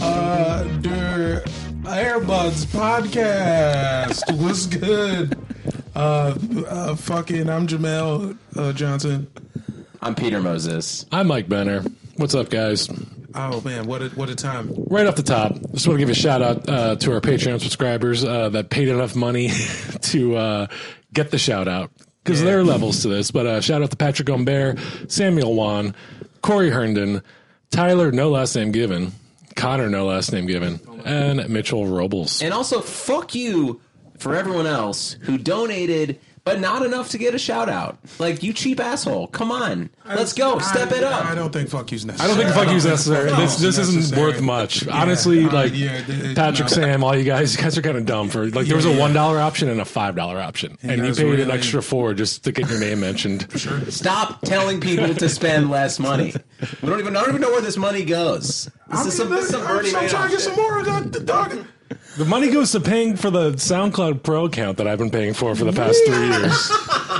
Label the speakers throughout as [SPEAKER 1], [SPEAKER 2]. [SPEAKER 1] uh, der Airbuds Podcast. What's good? Uh, uh, fucking, I'm Jamel uh, Johnson.
[SPEAKER 2] I'm Peter Moses.
[SPEAKER 3] I'm Mike Benner. What's up, guys?
[SPEAKER 1] Oh man, what a what a time!
[SPEAKER 3] Right off the top, just want to give a shout out uh, to our Patreon subscribers uh, that paid enough money to uh, get the shout out because there are levels to this. But uh, shout out to Patrick Gombert, Samuel Wan, Corey Herndon, Tyler, no last name given, Connor, no last name given, and Mitchell Robles.
[SPEAKER 2] And also, fuck you for everyone else who donated, but not enough to get a shout out. Like, you cheap asshole. Come on. Let's go.
[SPEAKER 1] I-
[SPEAKER 2] Step it
[SPEAKER 1] I
[SPEAKER 2] up.
[SPEAKER 1] don't think fuck you's
[SPEAKER 3] I
[SPEAKER 1] necessary.
[SPEAKER 3] don't think fuck you's necessary.
[SPEAKER 1] fuck
[SPEAKER 3] This
[SPEAKER 1] you's
[SPEAKER 3] this isn't
[SPEAKER 1] necessary.
[SPEAKER 3] worth much. Honestly,
[SPEAKER 1] Uh,
[SPEAKER 3] like
[SPEAKER 1] yeah, th-
[SPEAKER 3] Patrick,
[SPEAKER 1] no.
[SPEAKER 3] Sam, all you guys, you guys are kind of dumb for like there was a
[SPEAKER 1] Yeah, yeah.
[SPEAKER 3] one dollar option and a five dollar option, and you
[SPEAKER 1] guys
[SPEAKER 3] paid an
[SPEAKER 1] really-
[SPEAKER 3] extra four just to get your name mentioned.
[SPEAKER 2] Stop telling people to spend less money. We don't even, I don't even know where this money goes. This
[SPEAKER 1] I'm,
[SPEAKER 2] is some,
[SPEAKER 1] getting-
[SPEAKER 2] this is some
[SPEAKER 1] I'm,
[SPEAKER 2] Bernie
[SPEAKER 1] I'm trying
[SPEAKER 2] Madoff
[SPEAKER 1] to get
[SPEAKER 2] shit.
[SPEAKER 1] some more. I got the dog.
[SPEAKER 3] The money goes to paying for the SoundCloud Pro account that I've been paying for for the past three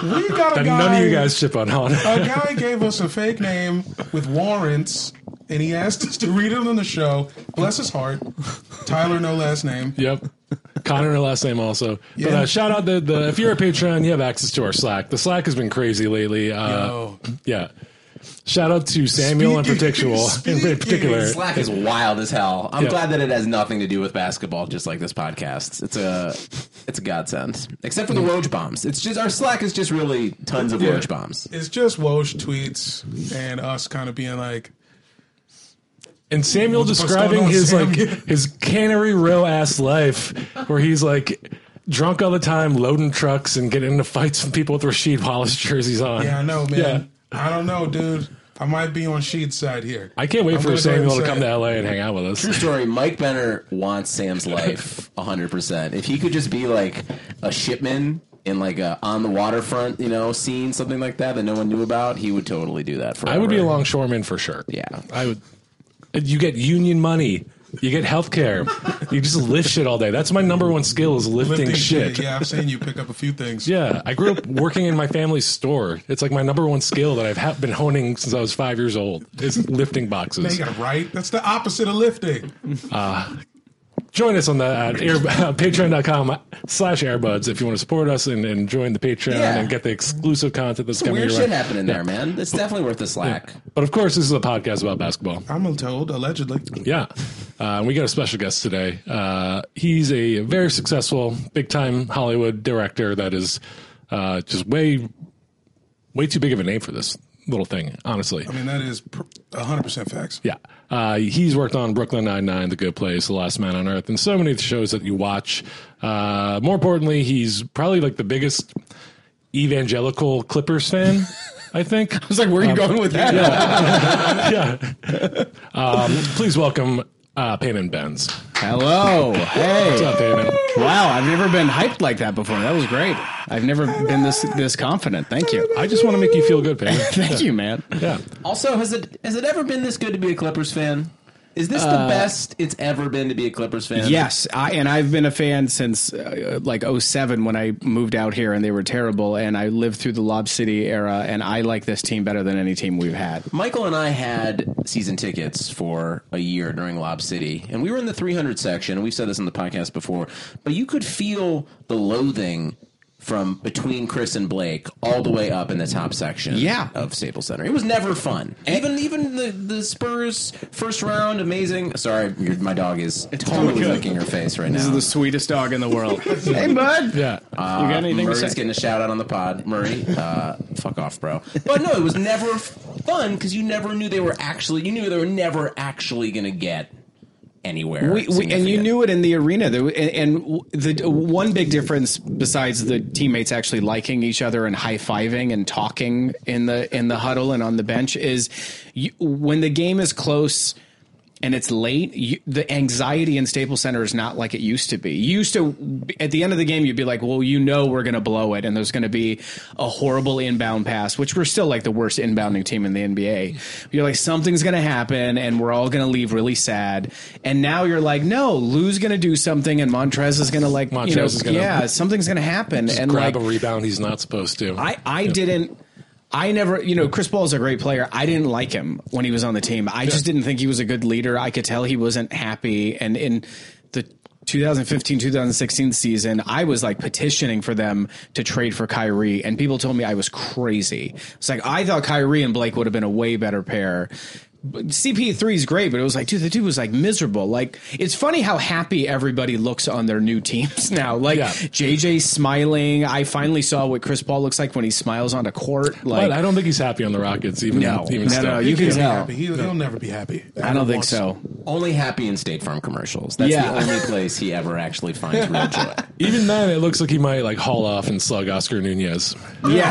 [SPEAKER 3] years.
[SPEAKER 1] We got a
[SPEAKER 3] And
[SPEAKER 1] guy.
[SPEAKER 3] none of you guys chip on on.
[SPEAKER 1] a guy gave us a fake name with warrants, and he asked us to read it on the show. Bless his heart. Tyler, no last name.
[SPEAKER 3] Yep. Connor, her last name also. But
[SPEAKER 1] Yeah.
[SPEAKER 3] uh, shout out the, the if you're a Patreon, you have access to our Slack. The Slack has been crazy lately. Uh,
[SPEAKER 1] Yo.
[SPEAKER 3] Yeah. Shout out to Samuel
[SPEAKER 1] Speaking-
[SPEAKER 3] in particular.
[SPEAKER 1] speaking
[SPEAKER 3] In particular.
[SPEAKER 2] Slack is wild as hell. I'm
[SPEAKER 3] Yeah.
[SPEAKER 2] glad that it has nothing to do with basketball, just like this podcast. It's a, it's a godsend. Except for the Woj bombs. It's just our Slack is just really tons of
[SPEAKER 1] Yeah.
[SPEAKER 2] Woj bombs.
[SPEAKER 1] It's just Woj tweets and us kind of being like,
[SPEAKER 3] And Samuel
[SPEAKER 1] What's
[SPEAKER 3] describing
[SPEAKER 1] going on,
[SPEAKER 3] his
[SPEAKER 1] Sam?
[SPEAKER 3] like his cannery row ass life, where he's like drunk all the time, loading trucks and getting into fights with people with Rasheed Wallace jerseys on.
[SPEAKER 1] yeah, I know, man. I don't know, dude. I might be on Sheed's side here.
[SPEAKER 3] I can't wait
[SPEAKER 1] I'm
[SPEAKER 3] for
[SPEAKER 1] gonna go
[SPEAKER 3] Samuel
[SPEAKER 1] ahead
[SPEAKER 3] to
[SPEAKER 1] and
[SPEAKER 3] come
[SPEAKER 1] say
[SPEAKER 3] to LA and hang out with us.
[SPEAKER 2] True story. Mike Benner wants Sam's life 100%. If he could just be like a shipman in like a on the waterfront, you know, scene, something like that that no one knew about, he would totally do that. Forever.
[SPEAKER 3] I would be a longshoreman for sure.
[SPEAKER 2] Yeah.
[SPEAKER 3] I would. You get union money. You get health care. you just lift shit all day. That's my number one skill is lifting,
[SPEAKER 1] lifting
[SPEAKER 3] shit. Yeah.
[SPEAKER 1] Yeah, I've seen you pick up a few things.
[SPEAKER 3] I grew up working in my family's store. It's like my number one skill that I've ha- been honing since I was five years old is lifting
[SPEAKER 1] Man, you
[SPEAKER 3] boxes.
[SPEAKER 1] got it right. That's the opposite of lifting.
[SPEAKER 3] Join us on the uh, air, patreon.com slash airbuds if you want to support us and, and join the Patreon
[SPEAKER 2] Yeah.
[SPEAKER 3] and get the exclusive content that's coming
[SPEAKER 2] Weird
[SPEAKER 3] your
[SPEAKER 2] shit
[SPEAKER 3] way.
[SPEAKER 2] happening there, man. It's definitely worth the slack.
[SPEAKER 3] But of course, this is a podcast about basketball.
[SPEAKER 1] I'm told, allegedly.
[SPEAKER 3] Yeah. Uh, we got a special guest today. Uh, he's a very successful, big time Hollywood director that is uh, just way, way too big of a name for this little thing, honestly.
[SPEAKER 1] I mean, that is pr- 100% facts.
[SPEAKER 3] Yeah. Uh, he's worked on Brooklyn Nine-Nine, The Good Place, The Last Man on Earth, and so many of the shows that you watch. Uh, more importantly, he's probably like the biggest evangelical Clippers fan, I think.
[SPEAKER 2] It's like,
[SPEAKER 4] Um,
[SPEAKER 2] where are you going with that?
[SPEAKER 3] yeah. Um, please welcome uh, Payman Benz.
[SPEAKER 4] Hello.
[SPEAKER 3] What's
[SPEAKER 4] Hey.
[SPEAKER 3] up, Payman?
[SPEAKER 4] Wow, I've never been hyped like that before. That was great. I've never been this this confident. Thank you.
[SPEAKER 3] I just want to make you feel good, Payman.
[SPEAKER 4] Thank you, man.
[SPEAKER 3] Yeah.
[SPEAKER 2] Also, has it has it ever been this good to be a Clippers fan? Is this
[SPEAKER 3] Uh,
[SPEAKER 2] the best it's ever been to be a Clippers fan?
[SPEAKER 4] Yes, I and I've been a fan since uh, like 07 when I moved out here and they were terrible and I lived through the Lob City era and I like this team better than any team we've had.
[SPEAKER 2] Michael and I had season tickets for a year during Lob City, and we were in the 300 section. And we've said this on the podcast before, but you could feel the loathing from between Chris and Blake all the way up in the top section
[SPEAKER 4] Yeah.
[SPEAKER 2] of Staples Center. It was never fun. Even even the, the Spurs first round, amazing. Sorry, your, my dog is totally licking her face right
[SPEAKER 4] This is
[SPEAKER 2] now.
[SPEAKER 4] the sweetest dog in the world. hey, bud.
[SPEAKER 3] Yeah. Uh,
[SPEAKER 4] you got anything to
[SPEAKER 2] Murray's
[SPEAKER 4] say?
[SPEAKER 2] getting a shout out on the pod. Murray, uh, fuck off, bro. But no, it was never f- fun because you never knew they were actually. You knew they were never actually going to get anywhere.
[SPEAKER 4] We, we, and you
[SPEAKER 2] significant.
[SPEAKER 4] knew it in the arena. There, wa- and, and w- the one big difference besides the teammates actually liking each other and high fiving and talking in the in the huddle and on the bench is you, when the game is close and it's late. You, the anxiety in Staples Center is not like it used to be. You used to at the end of the game, you'd be like, "Well, you know, we're going to blow it," and there's going to be a horrible inbound pass, which we're still like the worst inbounding team in the NBA. You're like, something's going to happen, and we're all going to leave really sad. And now you're like, no, Lou's going to do something, and Montrez is going to like,
[SPEAKER 3] Montrez
[SPEAKER 4] you know,
[SPEAKER 3] is gonna-
[SPEAKER 4] yeah, something's going to happen, and
[SPEAKER 3] grab
[SPEAKER 4] like,
[SPEAKER 3] a rebound he's not supposed to.
[SPEAKER 4] I, I didn't. I never, you know, Chris Paul's a great player. I didn't like him when he was on the team. I just didn't think he was a good leader. I could tell he wasn't happy. And in the 2015 2016 season, I was like petitioning for them to trade for Kyrie. And people told me I was crazy. It's like, I thought Kyrie and Blake would have been a way better pair. But CP3 is great, but it was like, dude, the dude was like miserable. Like, it's funny how happy everybody looks on their new teams now. Like,
[SPEAKER 3] Yeah.
[SPEAKER 4] JJ smiling. I finally saw what Chris Paul looks like when he smiles on a court. Like
[SPEAKER 3] but I don't think he's happy on the Rockets. Even
[SPEAKER 4] No.
[SPEAKER 3] even
[SPEAKER 4] No,
[SPEAKER 3] still.
[SPEAKER 4] no,
[SPEAKER 1] He
[SPEAKER 4] you- can
[SPEAKER 1] can't be
[SPEAKER 4] tell.
[SPEAKER 1] happy. He, He'll never be happy.
[SPEAKER 4] I don't think
[SPEAKER 1] Once.
[SPEAKER 4] so.
[SPEAKER 2] only happy in State Farm commercials. That's
[SPEAKER 4] Yeah.
[SPEAKER 2] the only place he ever actually finds real joy.
[SPEAKER 3] even then, it looks like he might like haul off and slug Oscar Nunez.
[SPEAKER 4] Yeah,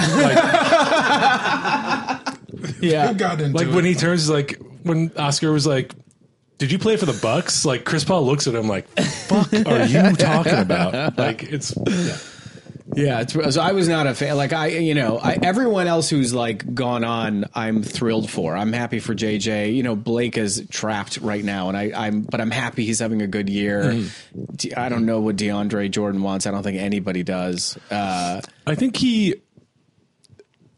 [SPEAKER 3] Yeah,
[SPEAKER 1] Good God, didn't
[SPEAKER 3] like
[SPEAKER 1] do
[SPEAKER 3] when
[SPEAKER 1] it.
[SPEAKER 3] he turns, like when Oscar was like, "Did you play for the Bucks?" Like Chris Paul looks at him like, "Fuck, are you talking about?" Like it's yeah.
[SPEAKER 4] yeah. It's, so I was not a fan. Like I, you know, I, everyone else who's like gone on, I'm thrilled for. I'm happy for JJ. You know, Blake is trapped right now, and I, I'm, but I'm happy he's having a good year.
[SPEAKER 1] Mm-hmm.
[SPEAKER 4] De- I don't know what DeAndre Jordan wants. I don't think anybody does. Uh,
[SPEAKER 3] I think he,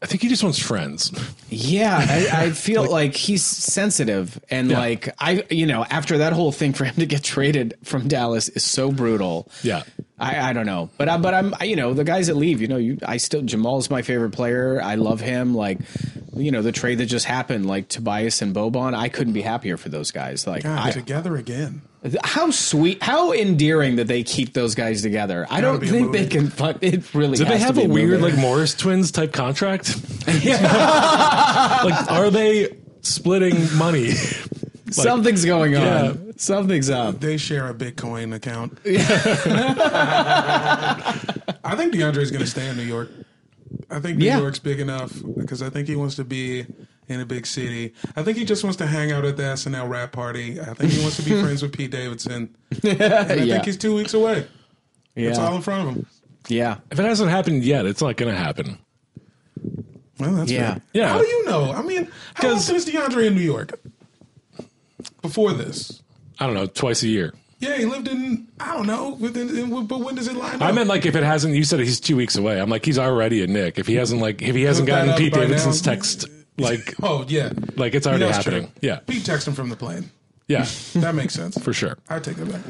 [SPEAKER 3] I think he just wants friends.
[SPEAKER 4] Yeah, I, I feel like, he's sensitive, and
[SPEAKER 3] Yeah.
[SPEAKER 4] like I, you know, after that whole thing for him to get traded from Dallas is so brutal.
[SPEAKER 3] Yeah.
[SPEAKER 4] I, I don't know, but I, but I'm, I, you know, the guys that leave, you know, you, I still Jamal's my favorite player. I love him. Like, you know, the trade that just happened, like Tobias and Boban, I couldn't be happier for those guys. Like,
[SPEAKER 1] God,
[SPEAKER 4] I,
[SPEAKER 1] together again.
[SPEAKER 4] how sweet, how endearing that they keep those guys together. I don't
[SPEAKER 1] be a
[SPEAKER 4] think they
[SPEAKER 1] movie.
[SPEAKER 4] can. fu- It really.
[SPEAKER 3] Do they
[SPEAKER 4] has to
[SPEAKER 3] have
[SPEAKER 4] be
[SPEAKER 3] a weird
[SPEAKER 4] movie.
[SPEAKER 3] like Morris twins type contract? like, are they splitting money? Like,
[SPEAKER 4] something's going on?
[SPEAKER 3] Yeah.
[SPEAKER 4] Something's up.
[SPEAKER 1] They share a Bitcoin account. I think DeAndre's going to stay in New York. I think New
[SPEAKER 4] Yeah.
[SPEAKER 1] York's big enough because I think he wants to be in a big city. I think he just wants to hang out at the SNL rap party. I think he wants to be friends with Pete Davidson. And I
[SPEAKER 4] Yeah.
[SPEAKER 1] think he's two weeks away. It's all
[SPEAKER 4] Yeah.
[SPEAKER 1] in front of him.
[SPEAKER 4] Yeah.
[SPEAKER 3] if it hasn't happened yet, it's not going to happen.
[SPEAKER 1] Well, that's
[SPEAKER 4] Yeah.
[SPEAKER 1] fair.
[SPEAKER 3] Yeah.
[SPEAKER 1] How do you know? I mean, how
[SPEAKER 3] 'Cause-
[SPEAKER 1] often is DeAndre in New York? Before this,
[SPEAKER 3] I don't know, twice a year.
[SPEAKER 1] yeah, he lived in I don't know. Within, in, but when does it line up?
[SPEAKER 3] I meant like if it hasn't. You said he's two weeks away. I'm like he's already a Nick. If he hasn't like if he hasn't
[SPEAKER 1] Look that
[SPEAKER 3] gotten
[SPEAKER 1] up
[SPEAKER 3] Pete
[SPEAKER 1] by
[SPEAKER 3] Davidson's
[SPEAKER 1] now.
[SPEAKER 3] text, like
[SPEAKER 1] oh yeah,
[SPEAKER 3] like it's already
[SPEAKER 1] That's true.
[SPEAKER 3] happening. Yeah,
[SPEAKER 1] Pete texted him from the plane.
[SPEAKER 3] yeah,
[SPEAKER 1] That makes sense.
[SPEAKER 3] for sure.
[SPEAKER 1] I take that back.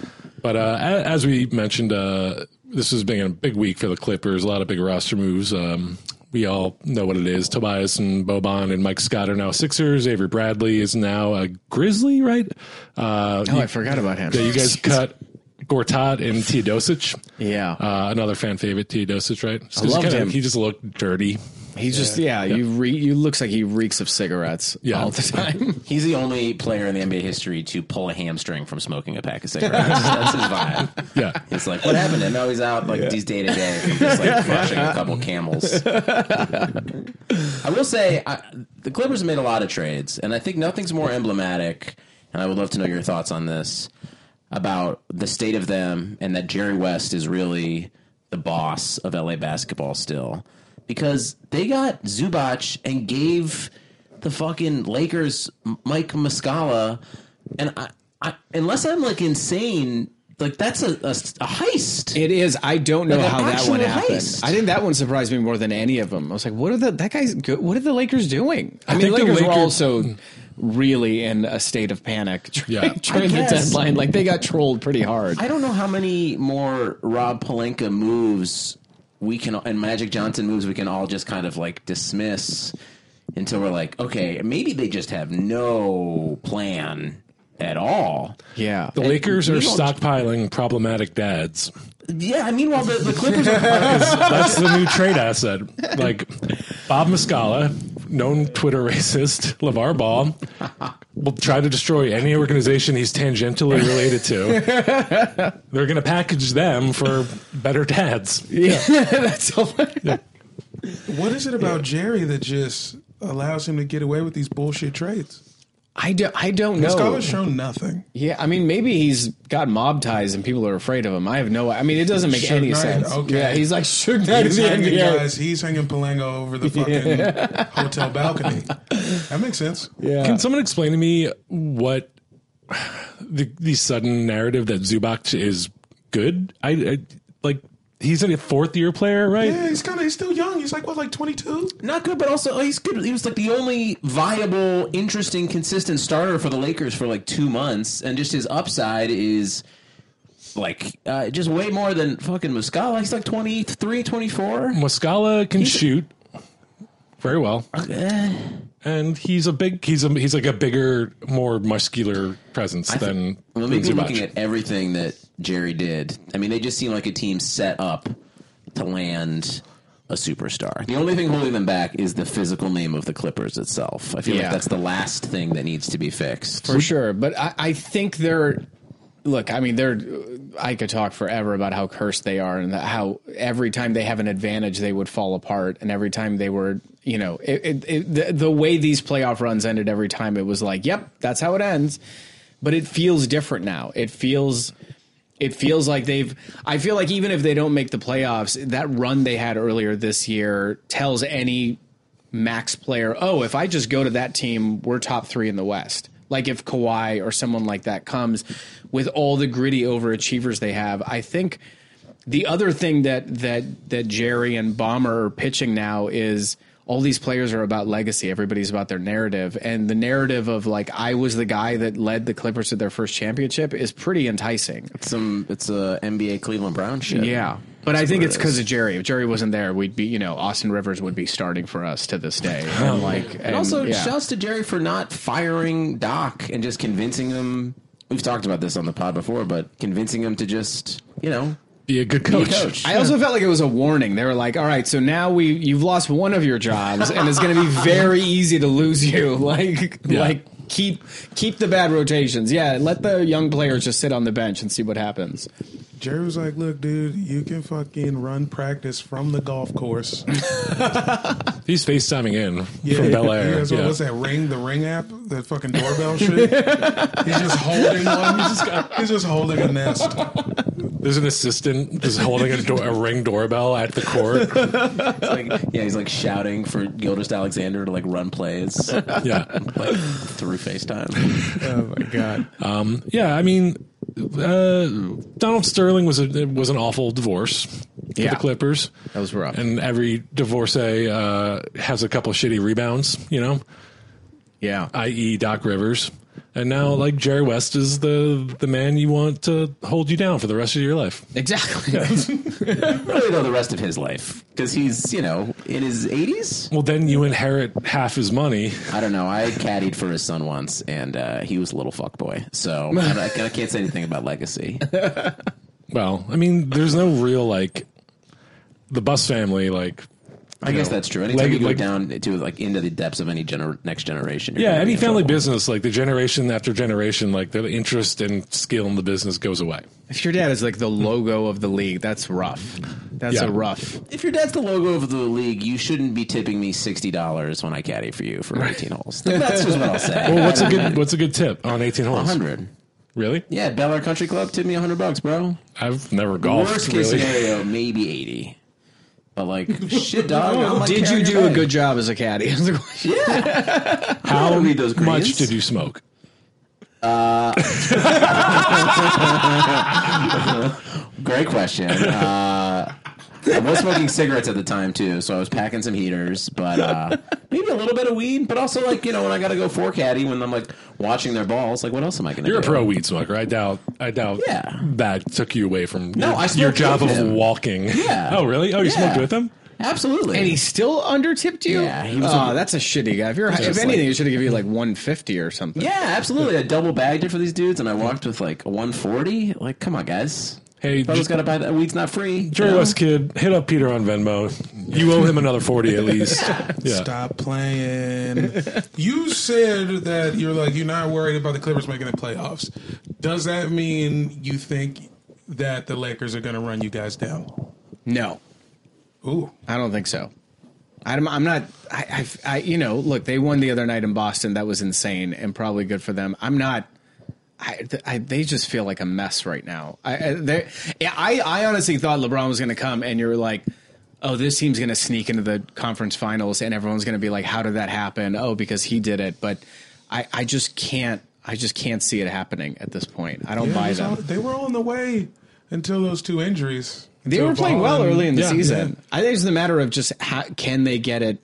[SPEAKER 3] But uh, a- as we mentioned, uh, this has been a big week for the Clippers. A lot of big roster moves. Um, we all know what it is. Tobias and Boban and Mike Scott are now Sixers. Avery Bradley is now a Grizzly, right? Uh,
[SPEAKER 4] Oh,
[SPEAKER 3] you,
[SPEAKER 4] I forgot about him.
[SPEAKER 3] yeah, you guys cut Gortat and Teodosic.
[SPEAKER 4] Yeah.
[SPEAKER 3] Uh, another fan favorite, Teodosic, right? Just 'cause
[SPEAKER 4] loved
[SPEAKER 3] he kinda-
[SPEAKER 4] him.
[SPEAKER 3] He just looked dirty.
[SPEAKER 4] he just yeah, you re, you looks like he reeks of cigarettes
[SPEAKER 3] Yeah.
[SPEAKER 4] all the time.
[SPEAKER 2] He's the only player in the NBA history to pull a hamstring from smoking a pack of cigarettes. That's his vibe.
[SPEAKER 3] Yeah.
[SPEAKER 2] It's like, what happened? to him? now he's out like these day to day, from just like crushing a couple camels. I will say I, the Clippers made a lot of trades, and I think nothing's more emblematic. And I would love to know your thoughts on this about the state of them, and that Jerry West is really the boss of LA basketball still, because they got Zubac and gave the fucking Lakers Mike Muscala, and I, I unless I'm like insane, like that's a, a, a heist.
[SPEAKER 4] It is. I don't know
[SPEAKER 2] Like an
[SPEAKER 4] how that one
[SPEAKER 2] actual
[SPEAKER 4] happened.
[SPEAKER 2] heist.
[SPEAKER 4] I think that one surprised me more than any of them. I was like, what are the that guys? Good? What are the Lakers doing? I, mean,
[SPEAKER 3] think the
[SPEAKER 4] Lakers, were
[SPEAKER 3] Lakers-
[SPEAKER 4] also really in a state of panic during,
[SPEAKER 3] Yeah.
[SPEAKER 4] during
[SPEAKER 2] I
[SPEAKER 4] the
[SPEAKER 2] guess.
[SPEAKER 4] deadline. Like they got trolled pretty hard.
[SPEAKER 2] I don't know how many more Rob Palenka moves we can and Magic Johnson moves we can all just kind of like dismiss until we're like, okay, maybe they just have no plan at all.
[SPEAKER 4] Yeah.
[SPEAKER 3] The Lakers
[SPEAKER 2] we
[SPEAKER 3] are
[SPEAKER 2] don't-
[SPEAKER 3] stockpiling problematic dads.
[SPEAKER 2] Yeah, I mean, while the, the Clippers are
[SPEAKER 3] That's the new trade asset. Like Bob Muscala, known Twitter racist, LeVar Ball will try to destroy any organization he's tangentially related to. They're going to package them for better dads.
[SPEAKER 4] That's hilarious.
[SPEAKER 1] What is it about Jerry that just allows him to get away with these bullshit trades?
[SPEAKER 4] I, do, I don't know.
[SPEAKER 1] Scholars show nothing.
[SPEAKER 4] Yeah, I mean, maybe he's got mob ties and people are afraid of him. I have no. I mean, it doesn't make
[SPEAKER 1] Suge
[SPEAKER 4] any
[SPEAKER 1] Knight,
[SPEAKER 4] sense.
[SPEAKER 1] okay.
[SPEAKER 4] Yeah, he's like Suge Knight
[SPEAKER 1] He's
[SPEAKER 4] in the
[SPEAKER 1] hanging,
[SPEAKER 4] NBA.
[SPEAKER 1] guys, he's hanging Palango over the fucking hotel balcony. That makes sense.
[SPEAKER 4] Yeah.
[SPEAKER 3] Can someone explain to me what the, the sudden narrative that Zubac is good? I, I like he's a fourth year player, right?
[SPEAKER 1] Yeah, he's kind of he's still young. He's like what, like twenty two?
[SPEAKER 2] not good, but also oh, he's good. He was like the only viable, interesting, consistent starter for the Lakers for like two months, and just his upside is like uh, just way more than fucking Muscala. He's like 23, 24.
[SPEAKER 3] Muscala can shoot very well,
[SPEAKER 2] Eh,
[SPEAKER 3] and he's a big he's a he's like a bigger, more muscular presence than
[SPEAKER 2] well, maybe I'm
[SPEAKER 3] than Zubac.
[SPEAKER 2] looking at everything that Jerry did. I mean, they just seem like a team set up to land a superstar. The only thing holding them back is the physical name of the Clippers itself. I feel
[SPEAKER 4] Yeah.
[SPEAKER 2] like that's the last thing that needs to be fixed.
[SPEAKER 4] for sure. But I, I think they're. Look, I mean, they're. I could talk forever about how cursed they are, and that how every time they have an advantage, they would fall apart, and every time they were, you know, it, it, it, the, the way these playoff runs ended, every time it was like, "Yep, that's how it ends." But it feels different now. It feels it feels like they've i feel like even if they don't make the playoffs that run they had earlier this year tells any max player oh if i just go to that team we're top 3 in the west like if Kawhi or someone like that comes with all the gritty overachievers they have i think the other thing that that that Jerry and Bomber are pitching now is all these players are about legacy. Everybody's about their narrative, and the narrative of like I was the guy that led the Clippers to their first championship is pretty enticing.
[SPEAKER 2] Some it's a NBA Cleveland Brown shit.
[SPEAKER 4] Yeah. But I think
[SPEAKER 2] what
[SPEAKER 4] it's
[SPEAKER 2] it
[SPEAKER 4] because
[SPEAKER 2] is.
[SPEAKER 4] of Jerry. If Jerry wasn't there, we'd be, you know, Austin Rivers would be starting for us to this day. And like,
[SPEAKER 2] And also,
[SPEAKER 4] yeah.
[SPEAKER 2] shouts to Jerry for not firing Doc and just convincing him. We've talked about this on the pod before, but convincing him to just, you know,
[SPEAKER 3] Be a good
[SPEAKER 2] be a
[SPEAKER 3] coach.
[SPEAKER 2] coach.
[SPEAKER 4] I also felt like it was a warning. They were like, "All right, so now we you've lost one of your jobs, and it's going to be very easy to lose you. Like,
[SPEAKER 3] Yeah.
[SPEAKER 4] like keep keep the bad rotations. Yeah, let the young players just sit on the bench and see what happens.
[SPEAKER 1] Jerry was like, "Look, dude, you can fucking run practice from the golf course."
[SPEAKER 3] He's FaceTiming in from Bel
[SPEAKER 1] He
[SPEAKER 3] Air.
[SPEAKER 1] has,
[SPEAKER 3] yeah.
[SPEAKER 1] What's that ring? The ring app? That fucking doorbell shit? he's just holding one. He's just, got- he's just holding a nest.
[SPEAKER 3] There's an assistant just holding a, door, a ring doorbell at the court.
[SPEAKER 2] It's like- yeah, he's like shouting for Gildas Alexander to like run plays like
[SPEAKER 3] Yeah,
[SPEAKER 2] through FaceTime.
[SPEAKER 4] Oh my god.
[SPEAKER 3] yeah. I mean, uh, Donald Sterling was a was an awful divorce for
[SPEAKER 4] Yeah.
[SPEAKER 3] the Clippers.
[SPEAKER 4] That was rough.
[SPEAKER 3] and every divorcee uh, has a couple shitty rebounds, you know,
[SPEAKER 4] yeah.
[SPEAKER 3] i.e. E Doc Rivers. And now, like Jerry West is the the man you want to hold you down for the rest of your life.
[SPEAKER 4] Exactly.
[SPEAKER 2] really though, the rest of his life because he's you know in his eighties.
[SPEAKER 3] Well, then you inherit half his money.
[SPEAKER 2] I don't know. I caddied for his son once, and uh, he was a little fuck boy. So I, don't- I can't say anything about legacy.
[SPEAKER 3] Well, I mean, there's no real like the Bus family. Like,
[SPEAKER 2] I guess that's true. Anytime
[SPEAKER 3] leg-
[SPEAKER 2] you go
[SPEAKER 3] leg-
[SPEAKER 2] down to like into the depths of any gener- next generation, you're
[SPEAKER 3] yeah,
[SPEAKER 2] gonna be
[SPEAKER 3] any
[SPEAKER 2] in
[SPEAKER 3] family
[SPEAKER 2] trouble.
[SPEAKER 3] business, like the generation after generation, like the interest and skill in the business goes away.
[SPEAKER 4] if your dad is like the logo of the league, that's rough. That's
[SPEAKER 3] Yeah.
[SPEAKER 4] a rough.
[SPEAKER 2] If your dad's the logo of the league, you shouldn't be tipping me sixty dollars when I caddy for you for eighteen holes. That's just what I'll say.
[SPEAKER 3] Well, what's a good what's a good tip on 18 holes?
[SPEAKER 2] hundred?
[SPEAKER 3] Really?
[SPEAKER 2] Yeah, Bel Air Country Club, tip me hundred bucks, bro.
[SPEAKER 3] I've never golfed.
[SPEAKER 2] Worst
[SPEAKER 3] really.
[SPEAKER 2] case scenario, maybe eighty. But like, shit, dog. I'm like
[SPEAKER 4] Did you
[SPEAKER 2] carrying
[SPEAKER 4] do
[SPEAKER 2] your
[SPEAKER 4] a
[SPEAKER 2] bag.
[SPEAKER 4] good job as a caddy? Is the question.
[SPEAKER 3] How
[SPEAKER 2] read those
[SPEAKER 3] much
[SPEAKER 2] greens.
[SPEAKER 3] did you smoke?
[SPEAKER 2] Great question. Uh, I was smoking cigarettes at the time too, so I was packing some heaters, but uh, maybe a little bit of weed. But also, like you know, when I got to go for caddy, when I'm like watching their balls, like what else am I going to?
[SPEAKER 3] You're a
[SPEAKER 2] do?
[SPEAKER 3] pro weed smoker. I doubt. I doubt.
[SPEAKER 2] Yeah.
[SPEAKER 3] That took you away from
[SPEAKER 2] No,
[SPEAKER 3] your,
[SPEAKER 2] I
[SPEAKER 3] your
[SPEAKER 2] smoked
[SPEAKER 3] job
[SPEAKER 2] with
[SPEAKER 3] of
[SPEAKER 2] him.
[SPEAKER 3] walking.
[SPEAKER 2] Yeah.
[SPEAKER 3] Oh, really? Oh, you
[SPEAKER 2] Yeah.
[SPEAKER 3] smoked with him?
[SPEAKER 2] Absolutely.
[SPEAKER 4] And he still undertipped you?
[SPEAKER 2] Yeah, Uh, he was
[SPEAKER 4] oh,
[SPEAKER 2] under-
[SPEAKER 4] that's a shitty guy. If, you're, if
[SPEAKER 2] Just
[SPEAKER 4] anything,
[SPEAKER 2] like-
[SPEAKER 4] you should have given you like 150 or something.
[SPEAKER 2] yeah, absolutely. I double bagged it for these dudes, and I walked with like a 140. Like, come on, guys.
[SPEAKER 3] Hey,
[SPEAKER 2] I
[SPEAKER 3] J-
[SPEAKER 2] just got to buy that. Weed's not free.
[SPEAKER 3] Jerry
[SPEAKER 2] you know?
[SPEAKER 3] West kid, hit up Peter on Venmo. You owe him another forty at least. Yeah.
[SPEAKER 1] Stop playing. you said that you're like you're not worried about the Clippers making the playoffs. Does that mean you think that the Lakers are going to run you guys down?
[SPEAKER 4] No,
[SPEAKER 1] Ooh,
[SPEAKER 4] I don't think so. I'm, I'm not, I, I've, I, you know, look, they won the other night in Boston. That was insane and probably good for them. I'm not, I, th- I they just feel like a mess right now. I, I, they- I, I honestly thought LeBron was going to come and you're like, oh, this team's going to sneak into the conference finals and everyone's going to be like, how did that happen? Oh, because he did it. But I, I just can't, I just can't see it happening at this point. I don't
[SPEAKER 1] Yeah, it
[SPEAKER 4] buy
[SPEAKER 1] was
[SPEAKER 4] them.
[SPEAKER 1] on- they were on the way until those two injuries.
[SPEAKER 4] They
[SPEAKER 1] Until
[SPEAKER 4] were playing
[SPEAKER 1] Ball
[SPEAKER 4] well
[SPEAKER 1] and-
[SPEAKER 4] early in the
[SPEAKER 3] yeah,
[SPEAKER 4] season. I think it's a matter of just how, can they get it?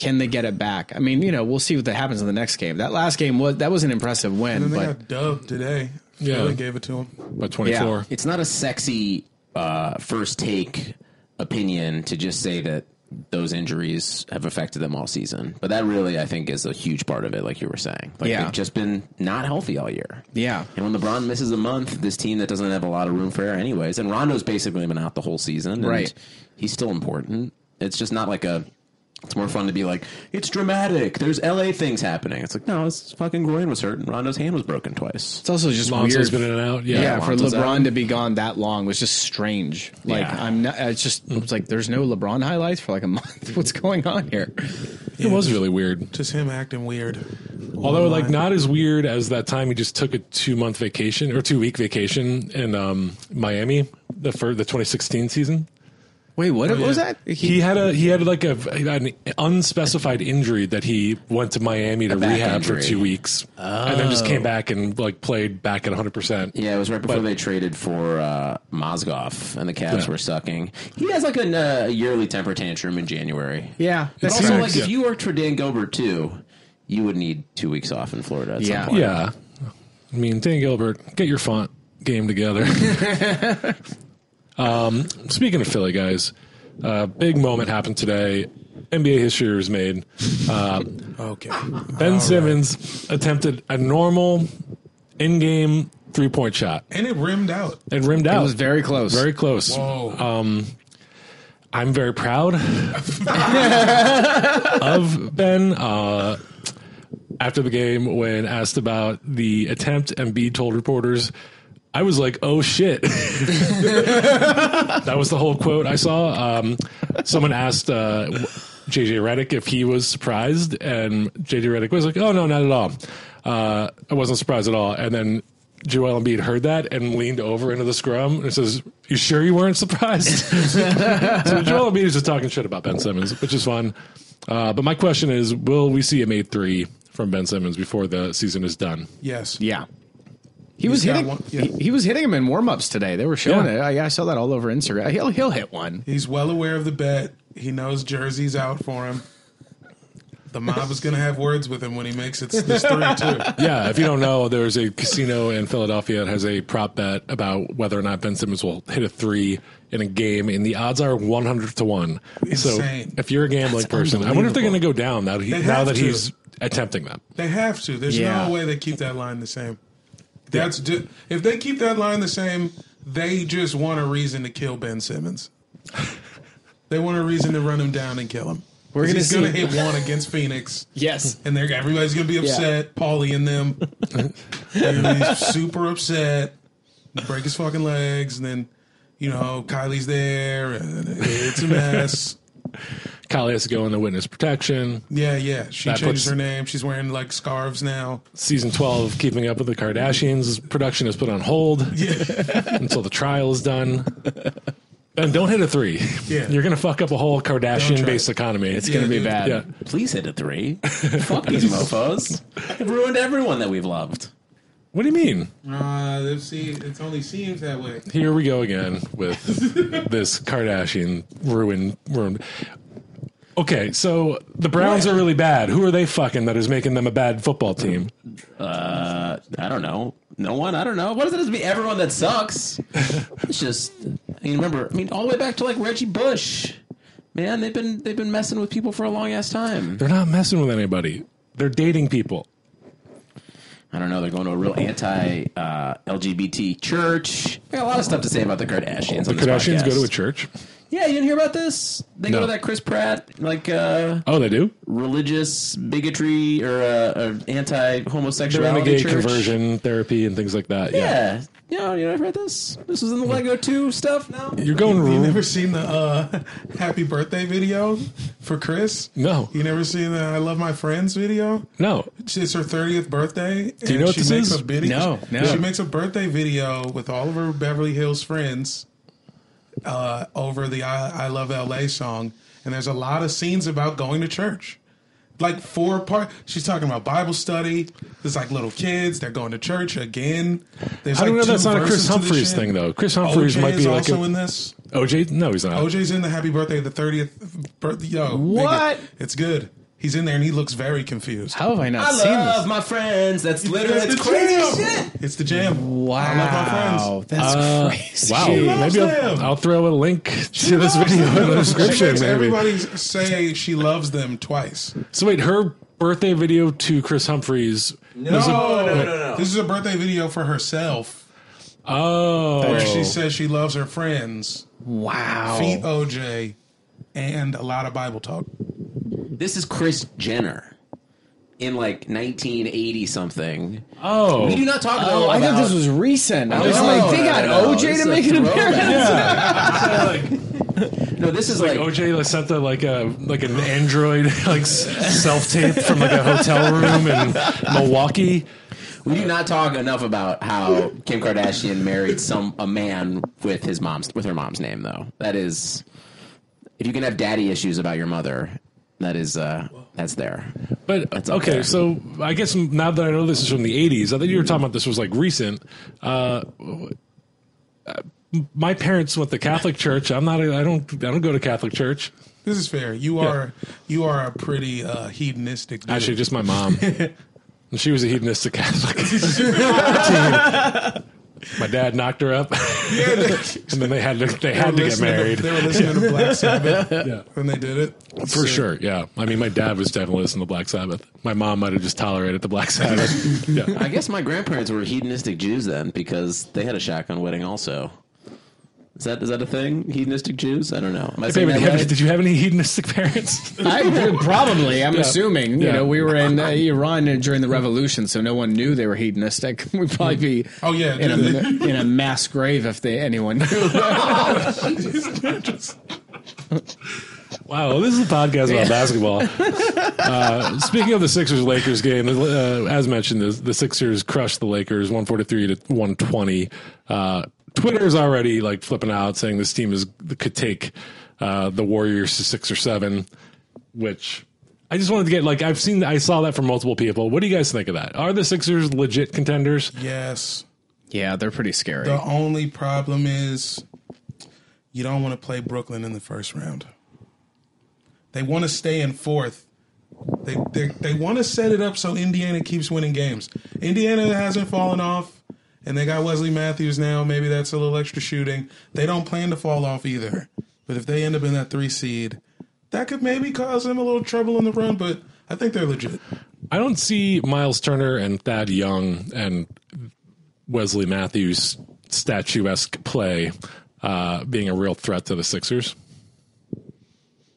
[SPEAKER 4] Can they get it back? I mean, you know, we'll see what that happens in the next game. That last game was that was an impressive win,
[SPEAKER 1] And then they
[SPEAKER 4] but
[SPEAKER 1] got dubbed today.
[SPEAKER 3] Yeah.
[SPEAKER 1] Philly gave it to them.
[SPEAKER 3] By twenty four.
[SPEAKER 2] It's not a sexy uh, first take opinion to just say that those injuries have affected them all season. But that really, I think, is a huge part of it, like you were saying. Like
[SPEAKER 4] Yeah.
[SPEAKER 2] they've just been not healthy all year.
[SPEAKER 4] Yeah.
[SPEAKER 2] And when LeBron misses a month, this team that doesn't have a lot of room for error anyways, and Rondo's basically been out the whole season. and
[SPEAKER 4] Right.
[SPEAKER 2] He's still important. It's just not like a it's more fun to be like, it's dramatic. There's LA things happening. It's like, no, his fucking groin was hurt and Rondo's hand was broken twice.
[SPEAKER 4] it's also just
[SPEAKER 3] Lonzo's
[SPEAKER 4] weird.
[SPEAKER 3] been in and out. Yeah.
[SPEAKER 4] yeah, for
[SPEAKER 2] Lonzo's
[SPEAKER 4] LeBron
[SPEAKER 2] out.
[SPEAKER 4] to be gone that long was just strange. Like
[SPEAKER 2] Yeah.
[SPEAKER 4] I'm not. It's just it's like there's no LeBron highlights for like a month. What's going on here?
[SPEAKER 3] It was really weird.
[SPEAKER 1] Just him acting weird.
[SPEAKER 3] Although, like, not as weird as that time he just took a two month vacation or two week vacation in um, Miami the for the 2016 season.
[SPEAKER 4] Wait, what, what was
[SPEAKER 1] yeah.
[SPEAKER 4] that?
[SPEAKER 3] He had a he had like a an unspecified injury that he went to Miami to
[SPEAKER 2] back
[SPEAKER 3] rehab for
[SPEAKER 2] injury.
[SPEAKER 3] two weeks and then just came back and like played back at 100. percent
[SPEAKER 2] Yeah, it was right before they traded for uh, Mozgov, and the Cavs were sucking. He has like an, uh, a yearly temper tantrum in January.
[SPEAKER 4] Yeah,
[SPEAKER 2] but
[SPEAKER 4] that
[SPEAKER 2] also
[SPEAKER 4] sucks.
[SPEAKER 2] like if you were Tredan Gilbert too, you would need two weeks off in Florida. At
[SPEAKER 4] Yeah.
[SPEAKER 2] some point.
[SPEAKER 3] Yeah, I mean Dan Gilbert, get your font game together. um, speaking of Philly guys, uh, big moment happened today. NBA history was made.
[SPEAKER 1] Okay.
[SPEAKER 3] Ben Simmons attempted a normal in-game three-point shot
[SPEAKER 1] And it rimmed out. Uh,
[SPEAKER 3] and rimmed
[SPEAKER 4] it
[SPEAKER 3] out.
[SPEAKER 4] was very close.
[SPEAKER 3] very close.
[SPEAKER 4] Oh.
[SPEAKER 1] Whoa.
[SPEAKER 3] I'm very proud of Ben. Uh, after the game, when asked about the attempt, Embiid told reporters, "I was like, oh shit." that was the whole quote I saw. Um, someone asked uh, JJ Redick if he was surprised, and JJ Redick was like, "Oh no, not at all. Uh, I wasn't surprised at all." And then. Joel Embiid heard that and leaned over into the scrum and says, "You sure you weren't surprised?" So Joel Embiid is just talking shit about Ben Simmons, which is fun. Uh, but my question is, will we see a made three from Ben Simmons before the season is done?
[SPEAKER 1] yes.
[SPEAKER 4] Yeah. He was
[SPEAKER 1] got
[SPEAKER 4] hitting.
[SPEAKER 1] one- yeah.
[SPEAKER 4] He, he was hitting him in warm ups today. They were showing
[SPEAKER 3] Yeah.
[SPEAKER 4] it. I, I saw that all over Instagram. He'll he'll hit one.
[SPEAKER 1] He's well aware of the bet. He knows Jersey's out for him. The mob is going to have words with him when he makes it this three too.
[SPEAKER 3] Yeah, if you don't know, there's a casino in Philadelphia that has a prop bet about whether or not Ben Simmons will hit a three in a game, and the odds are 100 to 1.
[SPEAKER 1] Insane.
[SPEAKER 3] So if you're a gambling person, I wonder if they're going to go down now, that he, now
[SPEAKER 1] have
[SPEAKER 3] that
[SPEAKER 1] to.
[SPEAKER 3] he's attempting that.
[SPEAKER 1] They have to. There's
[SPEAKER 4] Yeah.
[SPEAKER 1] no way they keep that line the same. That's ju- if they keep that line the same, they just want a reason to kill Ben Simmons. they want a reason to run him down and kill him.
[SPEAKER 4] We're
[SPEAKER 1] 'Cause
[SPEAKER 4] gonna
[SPEAKER 1] he's gonna
[SPEAKER 4] see.
[SPEAKER 1] hit one against Phoenix,
[SPEAKER 4] Yes.
[SPEAKER 1] and they're everybody's gonna be upset. Paulie and them, they're gonna be super upset. Break his fucking legs, and then you know Kylie's there, and it's a mess.
[SPEAKER 3] Kyle has to go into witness protection.
[SPEAKER 1] yeah, yeah. She
[SPEAKER 3] That
[SPEAKER 1] changes
[SPEAKER 3] puts-
[SPEAKER 1] her name. She's wearing like scarves now.
[SPEAKER 3] Season 12, Keeping Up with the Kardashians, production is put on hold.
[SPEAKER 1] Yeah.
[SPEAKER 3] until the trial is done. And don't hit a three.
[SPEAKER 1] Yeah.
[SPEAKER 3] You're going to fuck up a whole Kardashian based
[SPEAKER 1] it.
[SPEAKER 3] economy. It's
[SPEAKER 4] Gonna be
[SPEAKER 1] dude.
[SPEAKER 4] bad.
[SPEAKER 3] yeah.
[SPEAKER 2] Please hit a three. Fuck these mofo's. It ruined everyone that we've loved.
[SPEAKER 3] What do you mean?
[SPEAKER 1] Uh, they've seen- it only seems that way.
[SPEAKER 3] Here we go again with this Kardashian ruin. ruin. Okay, so the Browns are really bad. Who are they fucking that is making them a bad football team?
[SPEAKER 2] I don't know. No one. I don't know. What does it have to be everyone that sucks? it's just. I mean, remember. I mean, all the way back to like Reggie Bush. Man, they've been they've been messing with people for a long ass time.
[SPEAKER 3] They're not messing with anybody. They're dating people.
[SPEAKER 2] I don't know. They're going to a real anti uh, LGBT church. I got a lot of stuff to say about the Kardashians.
[SPEAKER 3] The
[SPEAKER 2] on this
[SPEAKER 3] Kardashians go
[SPEAKER 2] podcast.
[SPEAKER 3] to a church.
[SPEAKER 2] Yeah, you didn't hear about this? They
[SPEAKER 3] No.
[SPEAKER 2] go to that Chris Pratt like uh,
[SPEAKER 3] Oh, they do.
[SPEAKER 2] religious bigotry or uh, anti
[SPEAKER 3] They're into
[SPEAKER 2] homosexuality
[SPEAKER 3] gay
[SPEAKER 2] church.
[SPEAKER 3] conversion therapy and things like that. Yeah.
[SPEAKER 2] Yeah. Yeah, you know, I've read this. This was in the
[SPEAKER 3] Mm.
[SPEAKER 2] Lego 2 stuff now.
[SPEAKER 3] You're going
[SPEAKER 1] You
[SPEAKER 3] ruin.
[SPEAKER 1] never seen the uh, happy birthday video for Chris?
[SPEAKER 3] No.
[SPEAKER 1] You never seen the I love my friends video?
[SPEAKER 3] No.
[SPEAKER 1] It's her 30th birthday. Do
[SPEAKER 3] you know what
[SPEAKER 1] she
[SPEAKER 3] this
[SPEAKER 1] makes
[SPEAKER 3] is?
[SPEAKER 1] A video,
[SPEAKER 4] No, no.
[SPEAKER 1] She makes a birthday video with all of her Beverly Hills friends uh, over the I, I Love LA song. And there's a lot of scenes about going to church. Like four part. She's talking about Bible study. There's like little kids. They're going to church again. There's
[SPEAKER 3] I don't
[SPEAKER 1] like
[SPEAKER 3] know.
[SPEAKER 1] two
[SPEAKER 3] That's not a Chris
[SPEAKER 1] verses to this
[SPEAKER 3] Humphreys
[SPEAKER 1] shit.
[SPEAKER 3] thing though. Chris Humphreys
[SPEAKER 1] OJ
[SPEAKER 3] might
[SPEAKER 1] is
[SPEAKER 3] be like
[SPEAKER 1] also
[SPEAKER 3] a,
[SPEAKER 1] in this.
[SPEAKER 3] OJ. No, he's not.
[SPEAKER 1] OJ's in the happy birthday, the 30th birthday. Yo, nigga,
[SPEAKER 4] What?
[SPEAKER 1] it's good. He's in there and he looks very confused.
[SPEAKER 4] How have I not
[SPEAKER 2] I
[SPEAKER 4] seen
[SPEAKER 2] love
[SPEAKER 4] this?
[SPEAKER 2] my friends. That's literally
[SPEAKER 1] That's
[SPEAKER 2] it's
[SPEAKER 1] the
[SPEAKER 2] crazy
[SPEAKER 1] jam.
[SPEAKER 2] shit.
[SPEAKER 1] It's the jam.
[SPEAKER 4] Wow,
[SPEAKER 1] I love my friends.
[SPEAKER 4] that's
[SPEAKER 3] Uh,
[SPEAKER 4] crazy.
[SPEAKER 3] Wow.
[SPEAKER 1] She loves
[SPEAKER 3] Maybe
[SPEAKER 1] them.
[SPEAKER 3] I'll, I'll throw a link to this video in the
[SPEAKER 1] She
[SPEAKER 3] description.
[SPEAKER 1] makes
[SPEAKER 3] Maybe.
[SPEAKER 1] everybody say she loves them twice.
[SPEAKER 3] So wait, her birthday video to Chris Humphreys. No,
[SPEAKER 1] This is a birthday video for herself
[SPEAKER 3] Oh,
[SPEAKER 1] where she says she loves her friends,
[SPEAKER 4] Wow.
[SPEAKER 1] feet OJ, and a lot of Bible talk.
[SPEAKER 2] This is Chris Jenner in like 1980 something.
[SPEAKER 3] oh.
[SPEAKER 2] We do not talk about.
[SPEAKER 4] Oh, I thought this
[SPEAKER 2] about-
[SPEAKER 4] was recent. I was
[SPEAKER 2] No,
[SPEAKER 4] like,
[SPEAKER 2] no,
[SPEAKER 4] they got
[SPEAKER 2] no, no. This
[SPEAKER 4] OJ to
[SPEAKER 2] is a
[SPEAKER 4] make an
[SPEAKER 2] throwback.
[SPEAKER 4] appearance.
[SPEAKER 2] No, this is like,
[SPEAKER 3] OJ like, sent a, like a like an Android like self tape from like a hotel room in Milwaukee.
[SPEAKER 2] we do not talk enough about how Kim Kardashian married some a man with his mom's with her mom's name though. That is, if you can have daddy issues about your mother, that is uh that's there.
[SPEAKER 3] But
[SPEAKER 2] That's up
[SPEAKER 3] okay,
[SPEAKER 2] there.
[SPEAKER 3] so I guess now that I know this is from the '80s, I thought you were talking about this was like recent. Uh, uh, my parents went to Catholic church. I'm not. A, I don't. I don't go to Catholic church.
[SPEAKER 1] This is fair. You are you are a pretty uh, hedonistic. Dude.
[SPEAKER 3] Actually, just my mom. And she was a hedonistic Catholic. my dad knocked her up,
[SPEAKER 1] Yeah, they,
[SPEAKER 3] and then they had to.
[SPEAKER 1] they
[SPEAKER 3] They
[SPEAKER 1] were
[SPEAKER 3] had to get
[SPEAKER 1] listening to-
[SPEAKER 3] married.
[SPEAKER 1] they were listening to Black Sabbath when they did it.
[SPEAKER 3] For sure, yeah. I mean, my dad was definitely listening to Black Sabbath. My mom might have just tolerated the Black Sabbath. yeah.
[SPEAKER 2] I guess my grandparents were hedonistic Jews then because they had a shotgun wedding also. Is that is that a thing? Hedonistic Jews? I don't know. Am I saying that
[SPEAKER 3] David, did you have-
[SPEAKER 2] right?
[SPEAKER 3] did you have any hedonistic parents?
[SPEAKER 4] I, probably. I'm assuming. You
[SPEAKER 3] Yeah.
[SPEAKER 4] know, we were in uh, Iran during the revolution, so no one knew they were hedonistic. We'd probably be
[SPEAKER 1] Oh, yeah,
[SPEAKER 4] in a,
[SPEAKER 1] dude.
[SPEAKER 4] in a mass grave if they anyone knew.
[SPEAKER 3] Wow, well, this is a podcast about basketball. Uh, speaking of the Sixers Lakers game, uh, as mentioned, the, the Sixers crushed the Lakers 143 to 120. Uh, Twitter is already like flipping out, saying this team is could take uh, the Warriors to six or seven, which I just wanted to get like I've seen I saw that from multiple people. What do you guys think of that? Are the Sixers legit contenders?
[SPEAKER 1] Yes.
[SPEAKER 4] yeah, they're pretty scary.
[SPEAKER 1] The only problem is you don't want to play Brooklyn in the first round. They want to stay in fourth. They they, they want to set it up so Indiana keeps winning games. Indiana hasn't fallen off, and they got Wesley Matthews now. Maybe that's a little extra shooting. They don't plan to fall off either. But if they end up in that three seed, that could maybe cause them a little trouble in the run. But I think they're legit.
[SPEAKER 3] I don't see Miles Turner and Thad Young and Wesley Matthews statuesque play uh, being a real threat to the Sixers.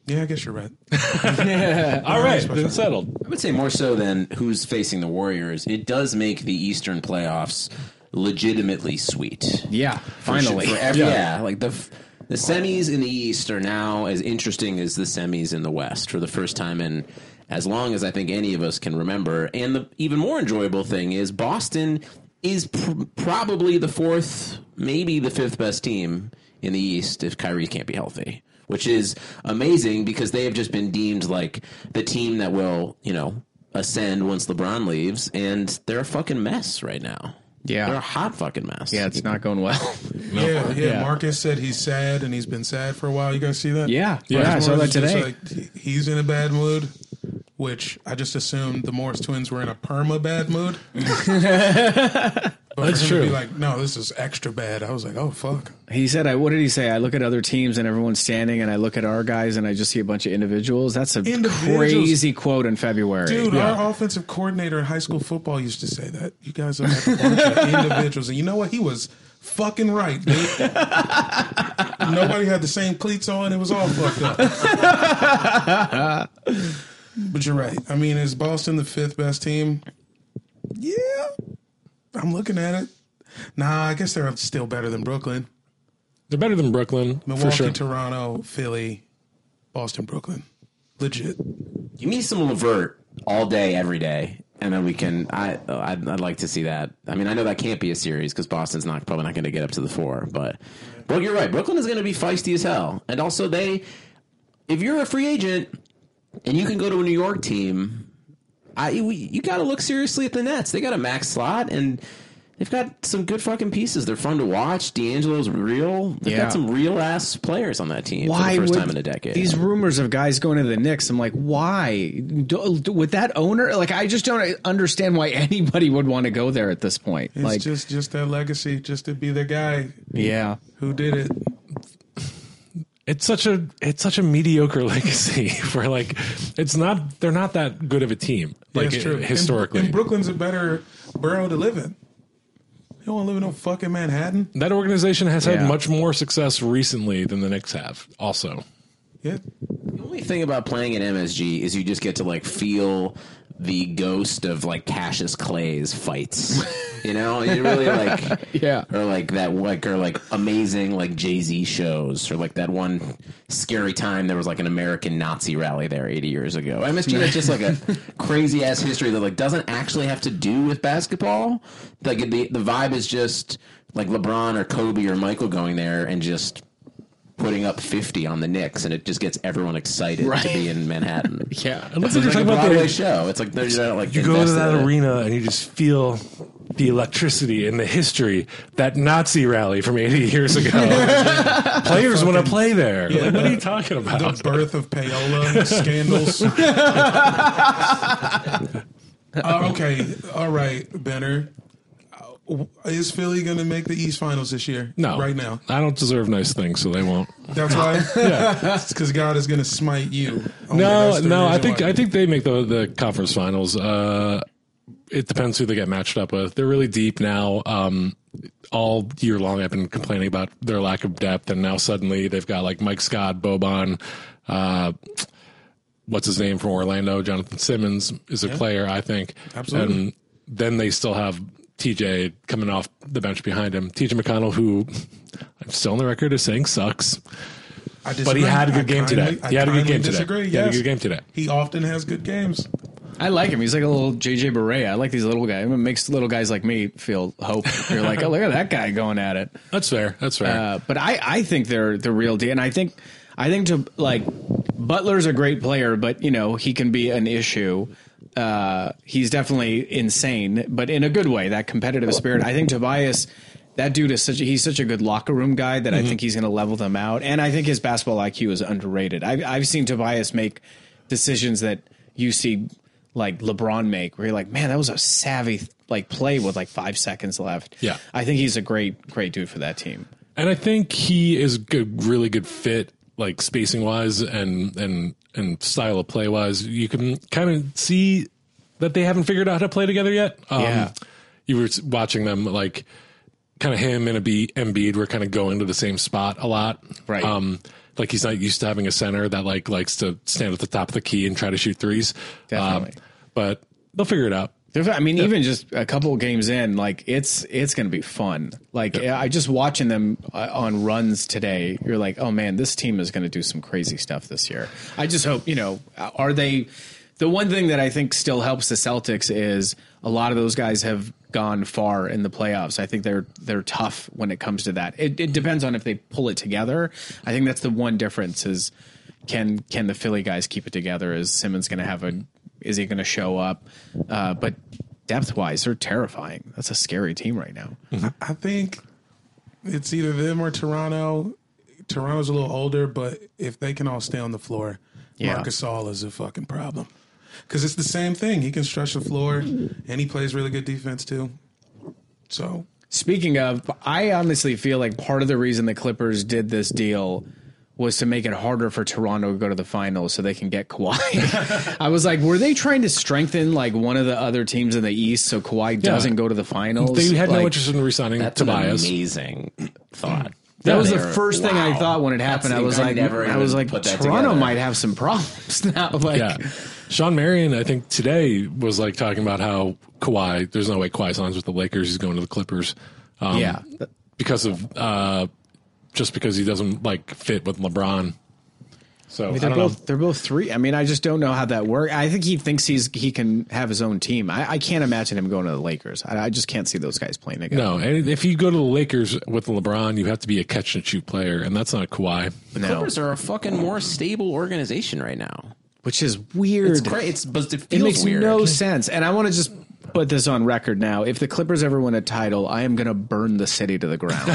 [SPEAKER 1] Yeah, I guess you're right.
[SPEAKER 3] All right, then settled.
[SPEAKER 2] I would say more so than who's facing the Warriors. It does make the Eastern playoffs legitimately sweet.
[SPEAKER 4] yeah, finally.
[SPEAKER 2] For every- yeah. like the f- the semis in the East are now as interesting as the semis in the West for the first time in as long as I think any of us can remember. And the even more enjoyable thing is Boston is pr- probably the fourth, maybe the fifth best team in the East if Kyrie can't be healthy. Which is amazing because they have just been deemed like the team that will, you know, ascend once LeBron leaves, and they're a fucking mess right now. They're a
[SPEAKER 4] Yeah.
[SPEAKER 2] hot fucking mess.
[SPEAKER 4] Yeah, it's not going well.
[SPEAKER 1] yeah, yeah,
[SPEAKER 4] Yeah.
[SPEAKER 1] Marcus said he's sad and he's been sad for a while. You guys see that?
[SPEAKER 4] Yeah. Yeah, I saw that
[SPEAKER 1] Morris is
[SPEAKER 4] today.
[SPEAKER 1] just like, he- he's in a bad mood, which I just assumed the Morris twins were in a perma bad mood. But
[SPEAKER 3] That's
[SPEAKER 1] for him To
[SPEAKER 3] true.
[SPEAKER 1] be like, no, this is extra bad. I was like, oh fuck.
[SPEAKER 4] He said, "I what did he say? I look at other teams and everyone's standing, and I look at our guys and I just see a bunch of individuals. That's a
[SPEAKER 1] Individuals.
[SPEAKER 4] crazy quote in February.
[SPEAKER 1] Dude, our offensive coordinator in high school football used to say that. You guys are like a bunch of individuals. And you know what? He was fucking right, dude. Nobody had the same cleats on. It was all fucked up. but you're right. I mean, is Boston the fifth best team? Yeah. I'm looking at it. Nah, I guess they're still better than Brooklyn.
[SPEAKER 3] They're better than Brooklyn
[SPEAKER 1] Milwaukee,
[SPEAKER 3] for sure.
[SPEAKER 1] Toronto, Philly, Boston, Brooklyn. Legit.
[SPEAKER 2] Give me some Levert all day, every day, and then we can. I uh, I'd, I'd like to see that. I mean, I know that can't be a series because Boston's not probably not going to get up to the four. But but you're right. Brooklyn is going to be feisty as hell, and also they. If you're a free agent and you can go to a New York team, I you, you got to look seriously at the Nets. They got a max slot and. They've got some good fucking pieces. They're fun to watch. D'Angelo's real. They've
[SPEAKER 4] Yeah.
[SPEAKER 2] got some real ass players on that team
[SPEAKER 4] why
[SPEAKER 2] for the first
[SPEAKER 4] would
[SPEAKER 2] time in a decade.
[SPEAKER 4] These rumors of guys going to the Knicks. I'm like, why? Do, do- with that owner, like, I just don't understand why anybody would want to go there at this point.
[SPEAKER 1] It's
[SPEAKER 4] like,
[SPEAKER 1] just just their legacy, just to be their guy
[SPEAKER 4] yeah,
[SPEAKER 1] who did it.
[SPEAKER 3] it's such a it's such a mediocre legacy where like it's not they're not that good of a team like
[SPEAKER 1] That's true.
[SPEAKER 3] historically.
[SPEAKER 1] And, and Brooklyn's a better borough to live in. You don't want to live in no fucking Manhattan.
[SPEAKER 3] that organization has
[SPEAKER 4] Yeah.
[SPEAKER 3] had much more success recently than the Knicks have. Also,
[SPEAKER 1] Yeah.
[SPEAKER 2] The only thing about playing at MSG is you just get to like feel the ghost of like Cassius Clay's fights. You know, you really like
[SPEAKER 4] Yeah.
[SPEAKER 2] or like that like or like amazing like Jay Z shows or like that one scary time there was like an American Nazi rally there eighty years ago. MSG is just like a crazy ass history that like doesn't actually have to do with basketball. Like the the vibe is just like LeBron or Kobe or Michael going there and just putting up 50 on the Knicks, and it just gets everyone excited to be in Manhattan.
[SPEAKER 4] yeah.
[SPEAKER 3] it looks like
[SPEAKER 2] It's like a
[SPEAKER 3] you're talking about
[SPEAKER 2] Broadway
[SPEAKER 3] the,
[SPEAKER 2] show. It's like they're not like
[SPEAKER 3] you go to
[SPEAKER 2] invested
[SPEAKER 3] that
[SPEAKER 2] in it.
[SPEAKER 3] arena and you just feel the electricity and the history that Nazi rally from 80 years ago. Players want to play there. Like, what are you talking
[SPEAKER 1] The
[SPEAKER 3] about?
[SPEAKER 1] birth of payola scandals. Uh, okay. All right, Benner. Uh, Is Philly going to make the East Finals this year?
[SPEAKER 3] No,
[SPEAKER 1] Right now.
[SPEAKER 3] I don't deserve nice things, so they won't.
[SPEAKER 1] That's why? because God is going to smite you. Only
[SPEAKER 3] No,
[SPEAKER 1] that's the
[SPEAKER 3] no, I
[SPEAKER 1] reason
[SPEAKER 3] think
[SPEAKER 1] why.
[SPEAKER 3] I think they make the the conference finals. Uh, it depends who they get matched up with. They're really deep now. Um, all year long, I've been complaining about their lack of depth, and now suddenly they've got like Mike Scott, Boban, uh, what's his name from Orlando, Jonathan Simmons is a player, I think.
[SPEAKER 1] Absolutely.
[SPEAKER 3] And then they still have TJ coming off the bench behind him, TJ McConnell, who I'm still on the record as saying sucks.
[SPEAKER 1] I
[SPEAKER 3] But
[SPEAKER 1] disagree.
[SPEAKER 3] he had a
[SPEAKER 1] I
[SPEAKER 3] good game
[SPEAKER 1] kindly-
[SPEAKER 3] today.
[SPEAKER 1] I
[SPEAKER 3] He had a good
[SPEAKER 1] kindly
[SPEAKER 3] game
[SPEAKER 1] disagree,
[SPEAKER 3] today. He had a
[SPEAKER 1] yes.
[SPEAKER 3] good game today.
[SPEAKER 1] He often has good games.
[SPEAKER 4] I like him. He's like a little JJ Barea. I like these little guys. It makes little guys like me feel hope. You're like, oh, look at that guy going at it.
[SPEAKER 3] That's fair. That's fair.
[SPEAKER 4] Uh, but I, I think they're the real deal, and I think I think to like Butler's a great player, but you know he can be an issue. Uh, he's definitely insane, but in a good way. That competitive spirit. I think Tobias, that dude is such. He's such a good locker room guy that I think he's going to level them out, and I think his basketball IQ is underrated. I've I've seen Tobias make decisions that you see like LeBron make, where you're like, man, that was a savvy like play with like five seconds left.
[SPEAKER 3] Yeah.
[SPEAKER 4] I think he's a great great dude for that team.
[SPEAKER 3] And I think he is good, really good fit, like spacing wise and and and style of play wise. You can kind of see that they haven't figured out how to play together yet. Um,
[SPEAKER 4] Yeah.
[SPEAKER 3] You were s- watching them like kind of him and a B Embiid were kind of going to the same spot a lot.
[SPEAKER 4] Right.
[SPEAKER 3] Um, like he's not used to having a center that like likes to stand at the top of the key and try to shoot threes. Uh,
[SPEAKER 4] Definitely.
[SPEAKER 3] but they'll figure it out.
[SPEAKER 4] There's- I mean, even just a couple of games in, like it's it's going to be fun. Like I just watching them uh, on runs today, you're like, oh man, this team is going to do some crazy stuff this year. I just hope you know, are they? The one thing that I think still helps the Celtics is a lot of those guys have gone far in the playoffs. I think they're they're tough when it comes to that. It, it depends on if they pull it together. I think that's the one difference is can can the Philly guys keep it together? Is Simmons going to have a is he going to show up? Uh, but depth wise, they're terrifying. That's a scary team right now.
[SPEAKER 1] I think it's either them or Toronto. Toronto's a little older, but if they can all stay on the floor,
[SPEAKER 4] Yeah.
[SPEAKER 1] Marcus All is a fucking problem. Because it's the same thing. He can stretch the floor, and he plays really good defense too. So
[SPEAKER 4] Speaking of, I honestly feel like part of the reason the Clippers did this deal was to make it harder for Toronto to go to the finals so they can get Kawhi. I was like, were they trying to strengthen like one of the other teams in the East so Kawhi doesn't go to the finals?
[SPEAKER 3] They had
[SPEAKER 4] Like,
[SPEAKER 3] no interest in resigning
[SPEAKER 2] That's
[SPEAKER 3] Tobias.
[SPEAKER 2] an amazing thought.
[SPEAKER 4] That was the
[SPEAKER 2] They're-
[SPEAKER 4] first thing I
[SPEAKER 2] wow.
[SPEAKER 4] thought when it happened.
[SPEAKER 2] That's-
[SPEAKER 4] I was like,
[SPEAKER 2] never
[SPEAKER 4] I was
[SPEAKER 2] even
[SPEAKER 4] like,
[SPEAKER 2] put that
[SPEAKER 4] Toronto
[SPEAKER 2] together.
[SPEAKER 4] might have some problems now. Like,
[SPEAKER 3] Yeah. Sean Marion, I think today was like talking about how Kawhi, there's no way Kawhi signs with the Lakers. He's going to the Clippers. Um,
[SPEAKER 4] Yeah.
[SPEAKER 3] Because of, uh, just because he doesn't like fit with LeBron. So I
[SPEAKER 4] they're
[SPEAKER 3] don't know.
[SPEAKER 4] both they're both three. I mean, I just don't know how that works. I think he thinks he's he can have his own team. I, I can't imagine him going to the Lakers. I, I just can't see those guys playing together.
[SPEAKER 3] No, and if you go to the Lakers with LeBron, you have to be a catch and shoot player, and that's not Kawhi.
[SPEAKER 4] No.
[SPEAKER 2] Clippers are a fucking more stable organization right now.
[SPEAKER 4] which is weird.
[SPEAKER 2] It's great. It's but it
[SPEAKER 4] it
[SPEAKER 2] feels
[SPEAKER 4] makes
[SPEAKER 2] weird.
[SPEAKER 4] no sense. And I want to just put this on record now. If the Clippers ever win a title, I am going to burn the city to the ground.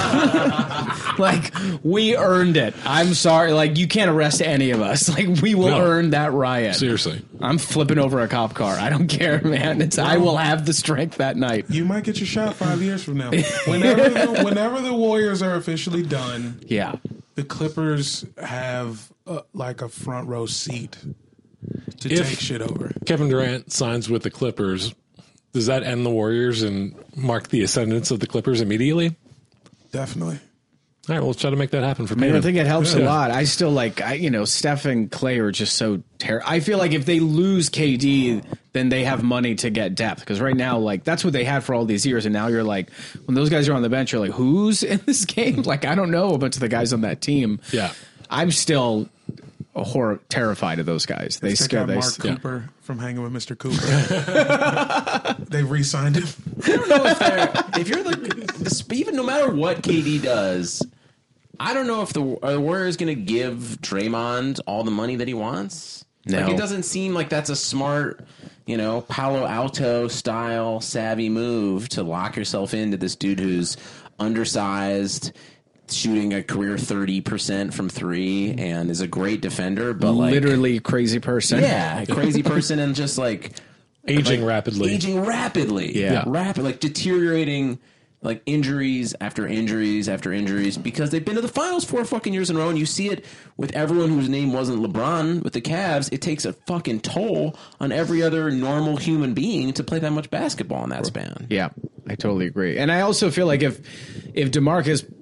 [SPEAKER 4] like, like, we earned it. I'm sorry. Like you can't arrest any of us. Like we will
[SPEAKER 3] No.
[SPEAKER 4] earn that riot.
[SPEAKER 3] Seriously.
[SPEAKER 4] I'm flipping over a cop car. I don't care, man. It's I will have the strength that night.
[SPEAKER 1] you might get your shot five years from now. Whenever the, whenever the Warriors are officially done,
[SPEAKER 4] Yeah.
[SPEAKER 1] the Clippers have uh, like a front row seat to
[SPEAKER 3] If-
[SPEAKER 1] take shit over.
[SPEAKER 3] Kevin Durant signs with the Clippers. Does that end the Warriors and mark the ascendance of the Clippers immediately? All
[SPEAKER 1] Definitely.
[SPEAKER 3] right, well, let's try to make that happen for
[SPEAKER 4] I,
[SPEAKER 3] me.
[SPEAKER 4] mean, I think it helps a
[SPEAKER 3] Yeah.
[SPEAKER 4] lot. I still like, I, you know, Steph and Clay are just so terrible. I feel like if they lose KD, then they have money to get depth because right now, like, that's what they had for all these years. And now you're like, when those guys are on the bench, you're like, who's in this game? Like, I don't know a bunch of the guys on that team.
[SPEAKER 3] Yeah.
[SPEAKER 4] I'm still horror terrified of those guys. They
[SPEAKER 1] Check
[SPEAKER 4] scare
[SPEAKER 1] out
[SPEAKER 4] they
[SPEAKER 1] Mark Cooper from Hanging with Mr. Cooper. they re-signed him.
[SPEAKER 2] if you're the, the sp- even no matter what KD does, I don't know if the, are the Warriors going to give Draymond all the money that he wants.
[SPEAKER 4] No.
[SPEAKER 2] Like it doesn't seem like that's a smart, you know, Palo Alto style savvy move to lock yourself into this dude who's undersized, shooting a career thirty percent from three, and is a great defender, but like
[SPEAKER 4] literally crazy person.
[SPEAKER 2] yeah, a crazy person, and just like
[SPEAKER 3] aging
[SPEAKER 2] like,
[SPEAKER 3] rapidly.
[SPEAKER 2] aging rapidly,
[SPEAKER 4] Yeah.
[SPEAKER 2] rapid, like deteriorating, like injuries after injuries after injuries because they've been to the finals four fucking years in a row, and you see it with everyone whose name wasn't LeBron with the Cavs. It takes a fucking toll on every other normal human being to play that much basketball in that span.
[SPEAKER 4] Yeah, I totally agree. And I also feel like if if DeMarcus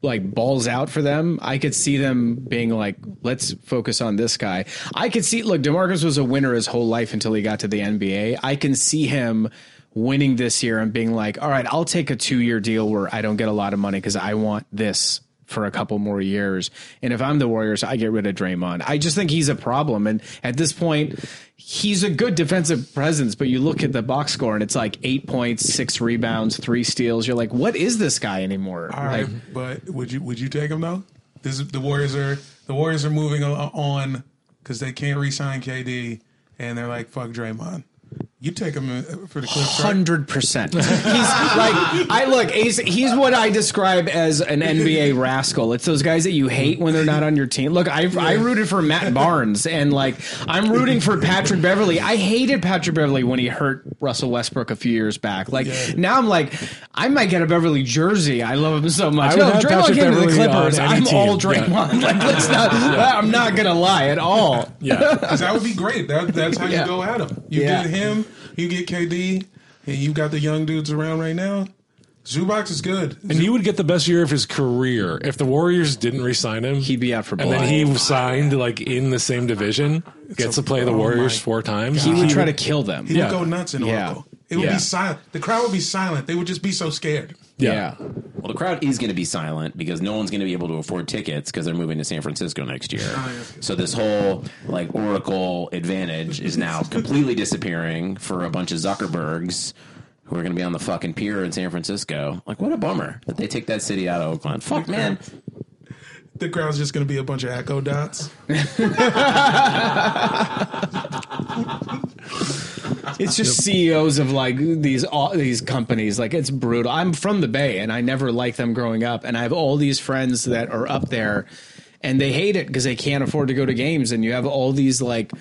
[SPEAKER 4] like balls out for them, I could see them being like, let's focus on this guy. I could see look, DeMarcus was a winner his whole life until he got to the NBA. I can see him winning this year and being like, all right, I'll take a 2-year deal where I don't get a lot of money cuz I want this for a couple more years. And if I'm the Warriors, I get rid of Draymond. I just think he's a problem. And at this point, he's a good defensive presence, but you look at the box score and it's like eight points, six rebounds, three steals. You're like, what is this guy anymore?
[SPEAKER 1] All right,
[SPEAKER 4] Like,
[SPEAKER 1] but would you would you take him though? This is, the Warriors are the Warriors are moving o- on because they can't re-sign KD, and they're like fuck Draymond. You take him uh, for the Clips, right?
[SPEAKER 4] Hundred percent. He's like I look. He's, he's what I describe as an NBA rascal. It's those guys that you hate when they're not on your team. Look, I I rooted for Matt Barnes, and like I'm rooting for Patrick Beverly. I hated Patrick Beverly when he hurt Russell Westbrook a few years back. Like now I'm like I might get a Beverly jersey. I love him so much.
[SPEAKER 3] I would
[SPEAKER 4] No,
[SPEAKER 3] have
[SPEAKER 4] Draymond
[SPEAKER 3] Patrick
[SPEAKER 4] came to the
[SPEAKER 3] Beverley
[SPEAKER 4] Clippers.
[SPEAKER 3] on any
[SPEAKER 4] I'm
[SPEAKER 3] team.
[SPEAKER 4] all
[SPEAKER 3] Yeah.
[SPEAKER 4] Draymond. Like let's not. I'm not gonna lie at all.
[SPEAKER 3] yeah.
[SPEAKER 1] 'Cause that would be great. That, that's how
[SPEAKER 4] Yeah.
[SPEAKER 1] you go at him. You
[SPEAKER 4] Yeah.
[SPEAKER 1] get him, you get KD, and you got the young dudes around right now. Zubox is good.
[SPEAKER 3] And he would get the best year of his career if the Warriors didn't re-sign him.
[SPEAKER 4] He'd be out for
[SPEAKER 3] and then
[SPEAKER 4] blood.
[SPEAKER 3] he signed like in the same division, gets to play the
[SPEAKER 1] oh
[SPEAKER 3] Warriors
[SPEAKER 1] my
[SPEAKER 3] four times.
[SPEAKER 4] He would try to kill them.
[SPEAKER 1] He
[SPEAKER 3] Yeah.
[SPEAKER 1] would go nuts in
[SPEAKER 4] Yeah.
[SPEAKER 1] Oracle. It would
[SPEAKER 4] Yeah.
[SPEAKER 1] be silent. The crowd would be silent. They would just be so scared.
[SPEAKER 4] Yeah.
[SPEAKER 2] Well, the crowd is going to be silent because no one's going to be able to afford tickets because they're moving to San Francisco next year. So this whole like Oracle advantage is now completely disappearing for a bunch of Zuckerbergs who are going to be on the fucking pier in San Francisco. Like, what a bummer that they take that city out of Oakland. Fuck, man.
[SPEAKER 1] The crowd's just going to be a bunch of echo dots.
[SPEAKER 4] It's just CEOs of like these all these companies. Like it's brutal. I'm from the Bay, and I never liked them growing up. And I have all these friends that are up there, and they hate it because they can't afford to go to games. And you have all these like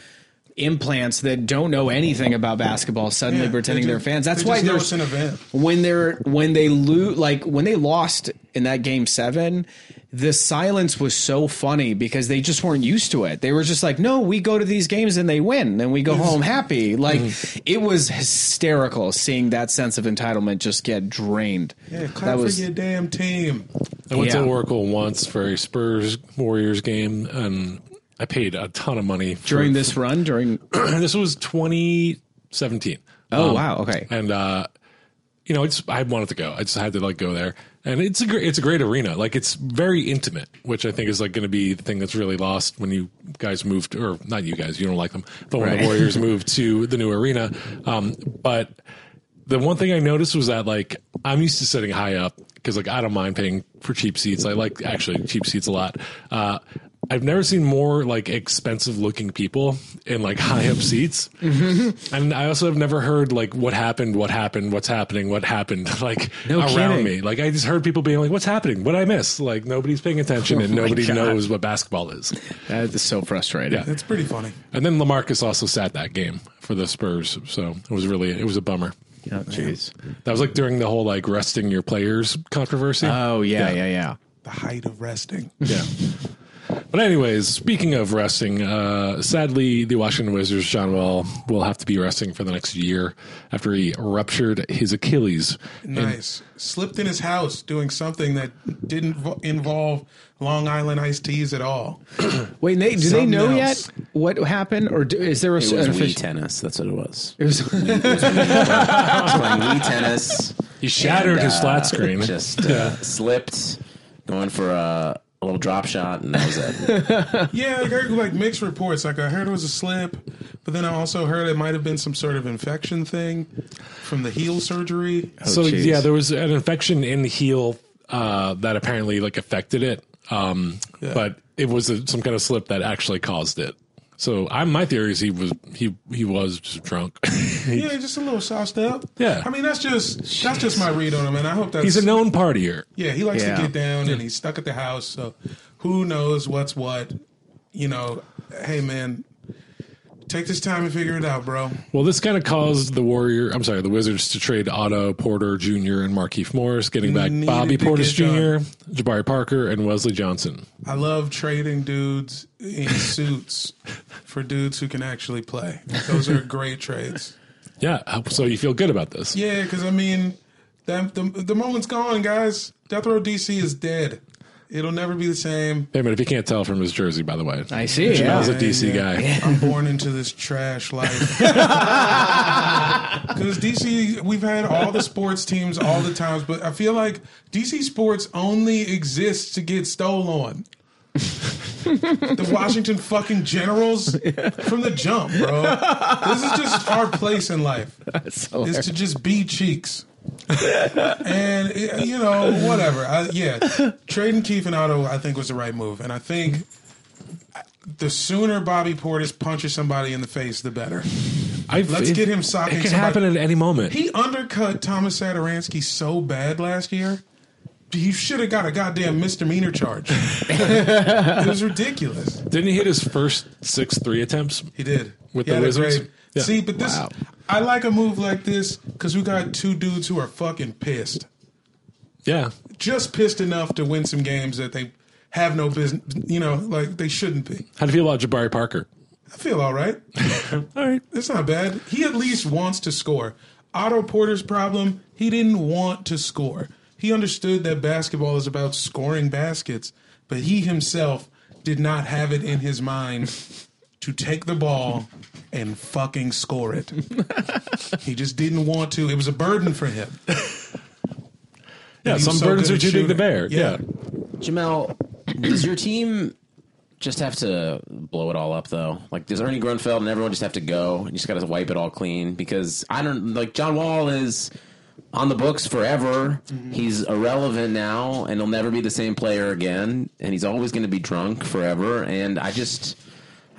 [SPEAKER 4] implants that don't know anything about basketball suddenly
[SPEAKER 1] Yeah,
[SPEAKER 4] pretending
[SPEAKER 1] they
[SPEAKER 4] they are
[SPEAKER 1] ju-
[SPEAKER 4] fans. That's
[SPEAKER 1] they
[SPEAKER 4] why
[SPEAKER 1] just know
[SPEAKER 4] they're
[SPEAKER 1] it's an event.
[SPEAKER 4] when they're when they lose like when they lost in that game seven the silence was so funny because they just weren't used to it they were just like no we go to these games and they win and we go
[SPEAKER 1] Mm-hmm.
[SPEAKER 4] home happy like it was hysterical seeing that sense of entitlement just get drained
[SPEAKER 1] Yeah,
[SPEAKER 4] that
[SPEAKER 1] clap
[SPEAKER 4] was
[SPEAKER 1] for your damn team.
[SPEAKER 3] I went
[SPEAKER 4] Yeah.
[SPEAKER 3] to Oracle once for a Spurs Warriors game, and I paid a ton of money for-
[SPEAKER 4] during this run during
[SPEAKER 3] this was 2017.
[SPEAKER 4] oh
[SPEAKER 1] Um,
[SPEAKER 4] wow okay
[SPEAKER 3] and uh you know, it's I wanted to go. I just had to like go there, and it's a great it's a great arena. Like it's very intimate, which I think is like going to be the thing that's really lost when you guys moved, or not you guys, you don't like them, but when
[SPEAKER 4] Right.
[SPEAKER 3] the Warriors moved to the new arena. Um, but the one thing I noticed was that like I'm used to sitting high up because like I don't mind paying for cheap seats. I like actually cheap seats a lot. Uh, I've never seen more like expensive looking people in like high up seats. And I also have never heard like what happened, what happened, what's happening, what happened, like around
[SPEAKER 4] kidding.
[SPEAKER 3] me. Like I just heard people being like, "What's happening? What I miss?" Like nobody's paying attention and
[SPEAKER 4] Oh my
[SPEAKER 3] nobody
[SPEAKER 4] God.
[SPEAKER 3] knows what basketball is.
[SPEAKER 4] that is so frustrating
[SPEAKER 3] Yeah.
[SPEAKER 1] That's pretty funny.
[SPEAKER 3] And then Lamarcus also sat that game for the Spurs, so it was really it was a bummer.
[SPEAKER 4] oh jeez
[SPEAKER 3] That was like during the whole like resting your players controversy.
[SPEAKER 4] oh yeah yeah yeah
[SPEAKER 1] The height of resting.
[SPEAKER 3] yeah. But anyways, speaking of resting, uh, sadly, the Washington Wizards, John Wall, will have to be resting for the next year after he ruptured his Achilles.
[SPEAKER 1] Nice. Slipped in his house doing something that didn't vo- involve Long Island iced teas at all.
[SPEAKER 4] wait Nate, do they
[SPEAKER 1] Something
[SPEAKER 4] know
[SPEAKER 1] else.
[SPEAKER 4] yet what happened or do, is there a,
[SPEAKER 2] It was
[SPEAKER 4] an
[SPEAKER 2] Wii
[SPEAKER 4] official
[SPEAKER 2] tennis. That's what it was.
[SPEAKER 4] it was
[SPEAKER 2] It was Wii, I was playing Wii tennis.
[SPEAKER 3] He shattered his flat screen.
[SPEAKER 2] Just uh, slipped, going for a, a little drop shot, and that was it.
[SPEAKER 1] Yeah, I heard like mixed reports. Like I heard it was a slip, but then I also heard it might have been some sort of infection thing from the heel surgery.
[SPEAKER 3] so
[SPEAKER 4] geez.
[SPEAKER 3] yeah, there was an infection in the heel uh, that apparently like affected it, um, but it was a, some kind of slip that actually caused it. So I, my theory is he was he he was just drunk.
[SPEAKER 1] Yeah, just a little sauced up.
[SPEAKER 3] Yeah.
[SPEAKER 1] I mean that's just that's just my read on him, and I hope that's
[SPEAKER 3] He's a known partier.
[SPEAKER 1] yeah. He likes
[SPEAKER 4] Yeah.
[SPEAKER 1] to get down, and he's stuck at the house. So who knows what's what? You know, hey man, take this time and figure it out, bro.
[SPEAKER 3] Well, this kind of caused the Warrior, I'm sorry, the Wizards to trade Otto Porter Jr. and Markeith Morris, getting back
[SPEAKER 1] Needed
[SPEAKER 3] Bobby
[SPEAKER 1] to
[SPEAKER 3] Portis
[SPEAKER 1] get done.
[SPEAKER 3] Jr., Jabari Parker, and Wesley Johnson.
[SPEAKER 1] I love trading dudes in suits for dudes who can actually play. Those are great trades.
[SPEAKER 3] Yeah, so you feel good about this.
[SPEAKER 1] Yeah, because I mean, that, the the moment's gone, guys. Death Row DC is dead. It'll never be the same.
[SPEAKER 3] Hey, man, if you can't tell from his jersey, by the way.
[SPEAKER 4] i see yeah.
[SPEAKER 3] Jamal's a DC
[SPEAKER 1] Yeah.
[SPEAKER 3] guy.
[SPEAKER 1] I'm born into this trash life. Because DC, we've had all the sports teams all the times, but I feel like DC sports only exists to get stolen. the Washington fucking Generals from the jump, bro. This is just our place in life. is to just be cheeks. and eh, you know, whatever. I, yeah, trading Keith and Otto, I think was the right move, and I think the sooner Bobby Portis punches somebody in the face, the better.
[SPEAKER 3] I,
[SPEAKER 1] Let's
[SPEAKER 3] it-
[SPEAKER 1] get him socking
[SPEAKER 3] It can
[SPEAKER 1] somebody.
[SPEAKER 3] happen at any moment.
[SPEAKER 1] He undercut Thomas Sadaransky so bad last year. He should have got a goddamn misdemeanor charge. it was ridiculous.
[SPEAKER 3] Didn't he hit his first six three attempts?
[SPEAKER 1] He did
[SPEAKER 3] With
[SPEAKER 1] He
[SPEAKER 3] the
[SPEAKER 1] had a
[SPEAKER 3] Wizards?
[SPEAKER 1] great-
[SPEAKER 3] Yeah.
[SPEAKER 1] See, but this
[SPEAKER 4] Wow.
[SPEAKER 1] I like a move like this because we got two dudes who are fucking pissed.
[SPEAKER 3] Yeah.
[SPEAKER 1] just pissed enough to win some games that they have no business, you know, like they shouldn't be.
[SPEAKER 3] How do you feel about Jabari Parker?
[SPEAKER 1] I feel all right.
[SPEAKER 3] All right.
[SPEAKER 1] It's not bad. He at least wants to score. Otto Porter's problem, he didn't want to score. He understood that basketball is about scoring baskets, but he himself did not have it in his mind to take the ball and fucking score it. he just didn't want to. It was a burden for him.
[SPEAKER 3] Yeah,
[SPEAKER 1] He was
[SPEAKER 3] some
[SPEAKER 1] so
[SPEAKER 3] burdens
[SPEAKER 1] good
[SPEAKER 3] are
[SPEAKER 1] at
[SPEAKER 3] too big to
[SPEAKER 1] shooting.
[SPEAKER 3] bear.
[SPEAKER 1] Yeah.
[SPEAKER 3] Yeah.
[SPEAKER 2] Jamel, does your team just have to blow it all up though? Like, does Ernie Grunfeld and everyone just have to go? And you just got to wipe it all clean because I don't like John Wall is on the books forever. He's irrelevant now, and he'll never be the same player again. And he's always going to be drunk forever. And I just,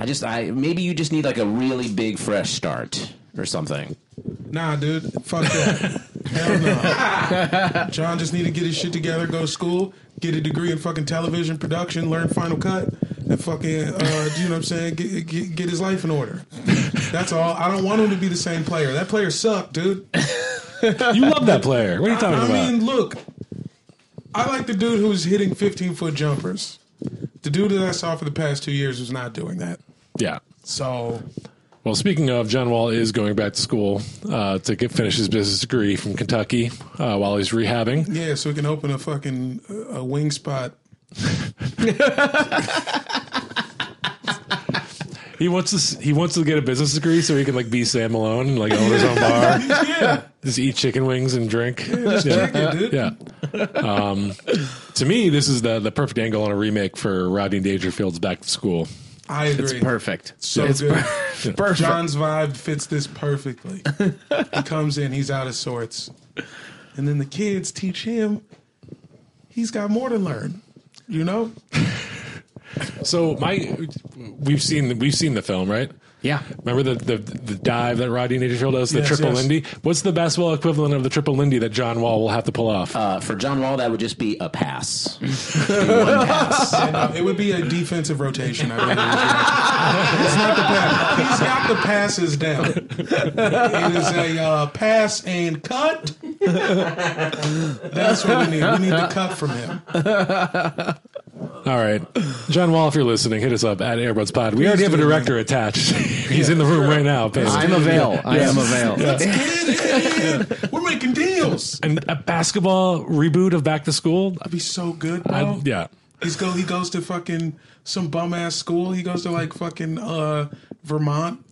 [SPEAKER 2] I just, I maybe you just need like a really big fresh start. or something.
[SPEAKER 1] Nah, dude. Fuck that. Hell no. John just need to get his shit together, go to school, get a degree in fucking television production, learn Final Cut, and fucking, uh, you know what I'm saying? Get, get, get his life in order. That's all. I don't want him to be the same player. That player sucked, dude.
[SPEAKER 3] You love that player. What are you talking
[SPEAKER 1] I
[SPEAKER 3] about?
[SPEAKER 1] mean, look, I like the dude who's hitting 15 foot jumpers. The dude that I saw for the past two years was not doing that.
[SPEAKER 3] yeah.
[SPEAKER 1] So
[SPEAKER 3] Well, speaking of, John Wall is going back to school uh, to get finish his business degree from Kentucky uh, while he's rehabbing.
[SPEAKER 1] yeah, so we can open a fucking uh, a wing spot.
[SPEAKER 3] He wants to s- he wants to get a business degree so he can like be Sam Malone and like own his own bar,
[SPEAKER 1] Yeah,
[SPEAKER 3] just eat chicken wings and drink. Yeah.
[SPEAKER 1] check it, dude.
[SPEAKER 3] Yeah. Um, to me, this is the the perfect angle on a remake for Rodney Dangerfield's Back to School.
[SPEAKER 1] I agree.
[SPEAKER 4] Perfect.
[SPEAKER 1] So good.
[SPEAKER 4] Perfect.
[SPEAKER 1] John's vibe fits this perfectly. he comes in, he's out of sorts, and then the kids teach him. He's got more to learn. You know,
[SPEAKER 3] So my we've seen we've seen the film, right?
[SPEAKER 4] Yeah.
[SPEAKER 3] Remember the the, the dive that Rodney Dangerfield does, the
[SPEAKER 1] Yes,
[SPEAKER 3] triple
[SPEAKER 1] yes.
[SPEAKER 3] Lindy? What's the basketball equivalent of the triple Lindy that John Wall will have to pull off?
[SPEAKER 2] Uh, for John Wall, that would just be a pass. One pass.
[SPEAKER 1] And, uh, it would be a defensive rotation. I really would. it's not the pass. He's got the passes down. It is a uh, pass and cut. That's what we need. We need the cut from him.
[SPEAKER 3] All right, John Wall, if you're listening, hit us up at Airbuds Pod. We already have a
[SPEAKER 1] do,
[SPEAKER 3] director attached. He's in the room right now. apparently.
[SPEAKER 4] I'm avail. I am avail.
[SPEAKER 1] We're making deals.
[SPEAKER 3] and a basketball reboot of Back to School.
[SPEAKER 1] That'd be so good,
[SPEAKER 3] I,
[SPEAKER 1] bro.
[SPEAKER 3] yeah,
[SPEAKER 1] He's go. He goes to fucking some bum ass school. He goes to like fucking uh, Vermont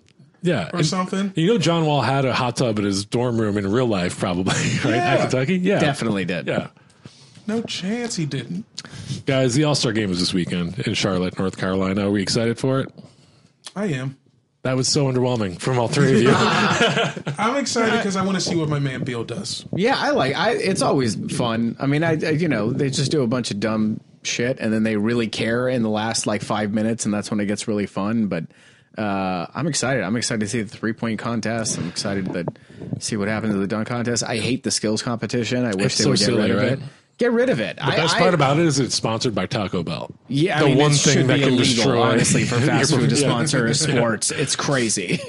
[SPEAKER 3] yeah,
[SPEAKER 1] or
[SPEAKER 3] And
[SPEAKER 1] something.
[SPEAKER 3] You know, John Wall had a hot tub in his dorm room in real life, probably right
[SPEAKER 1] Yeah.
[SPEAKER 3] at Kentucky. Yeah,
[SPEAKER 4] Definitely did.
[SPEAKER 3] Yeah,
[SPEAKER 1] No chance he didn't.
[SPEAKER 3] guys, the All Star Game is this weekend in Charlotte, North Carolina. Are we excited for it?
[SPEAKER 1] I am.
[SPEAKER 3] That was so underwhelming from all three of you.
[SPEAKER 1] I'm excited because I want to see what my man Beal does.
[SPEAKER 4] Yeah, I like. I it's always fun. I mean, I, I you know they just do a bunch of dumb shit, and then they really care in the last like five minutes, and that's when it gets really fun. But uh, I'm excited. I'm excited to see the three point contest. I'm excited to see what happens to the dunk contest. I hate the skills competition. I wish
[SPEAKER 3] It's
[SPEAKER 4] they
[SPEAKER 3] so
[SPEAKER 4] would get
[SPEAKER 3] silly,
[SPEAKER 4] rid of
[SPEAKER 3] right?
[SPEAKER 4] it. Get rid of it.
[SPEAKER 3] The best part about it is it's sponsored by Taco Bell.
[SPEAKER 4] yeah, I
[SPEAKER 3] the
[SPEAKER 4] mean,
[SPEAKER 3] one
[SPEAKER 4] it
[SPEAKER 3] thing
[SPEAKER 4] should
[SPEAKER 3] that
[SPEAKER 4] be
[SPEAKER 3] can
[SPEAKER 4] illegal,
[SPEAKER 3] destroy
[SPEAKER 4] honestly, for fast
[SPEAKER 3] your-
[SPEAKER 4] food to
[SPEAKER 3] yeah.
[SPEAKER 4] sponsor sports. It's crazy.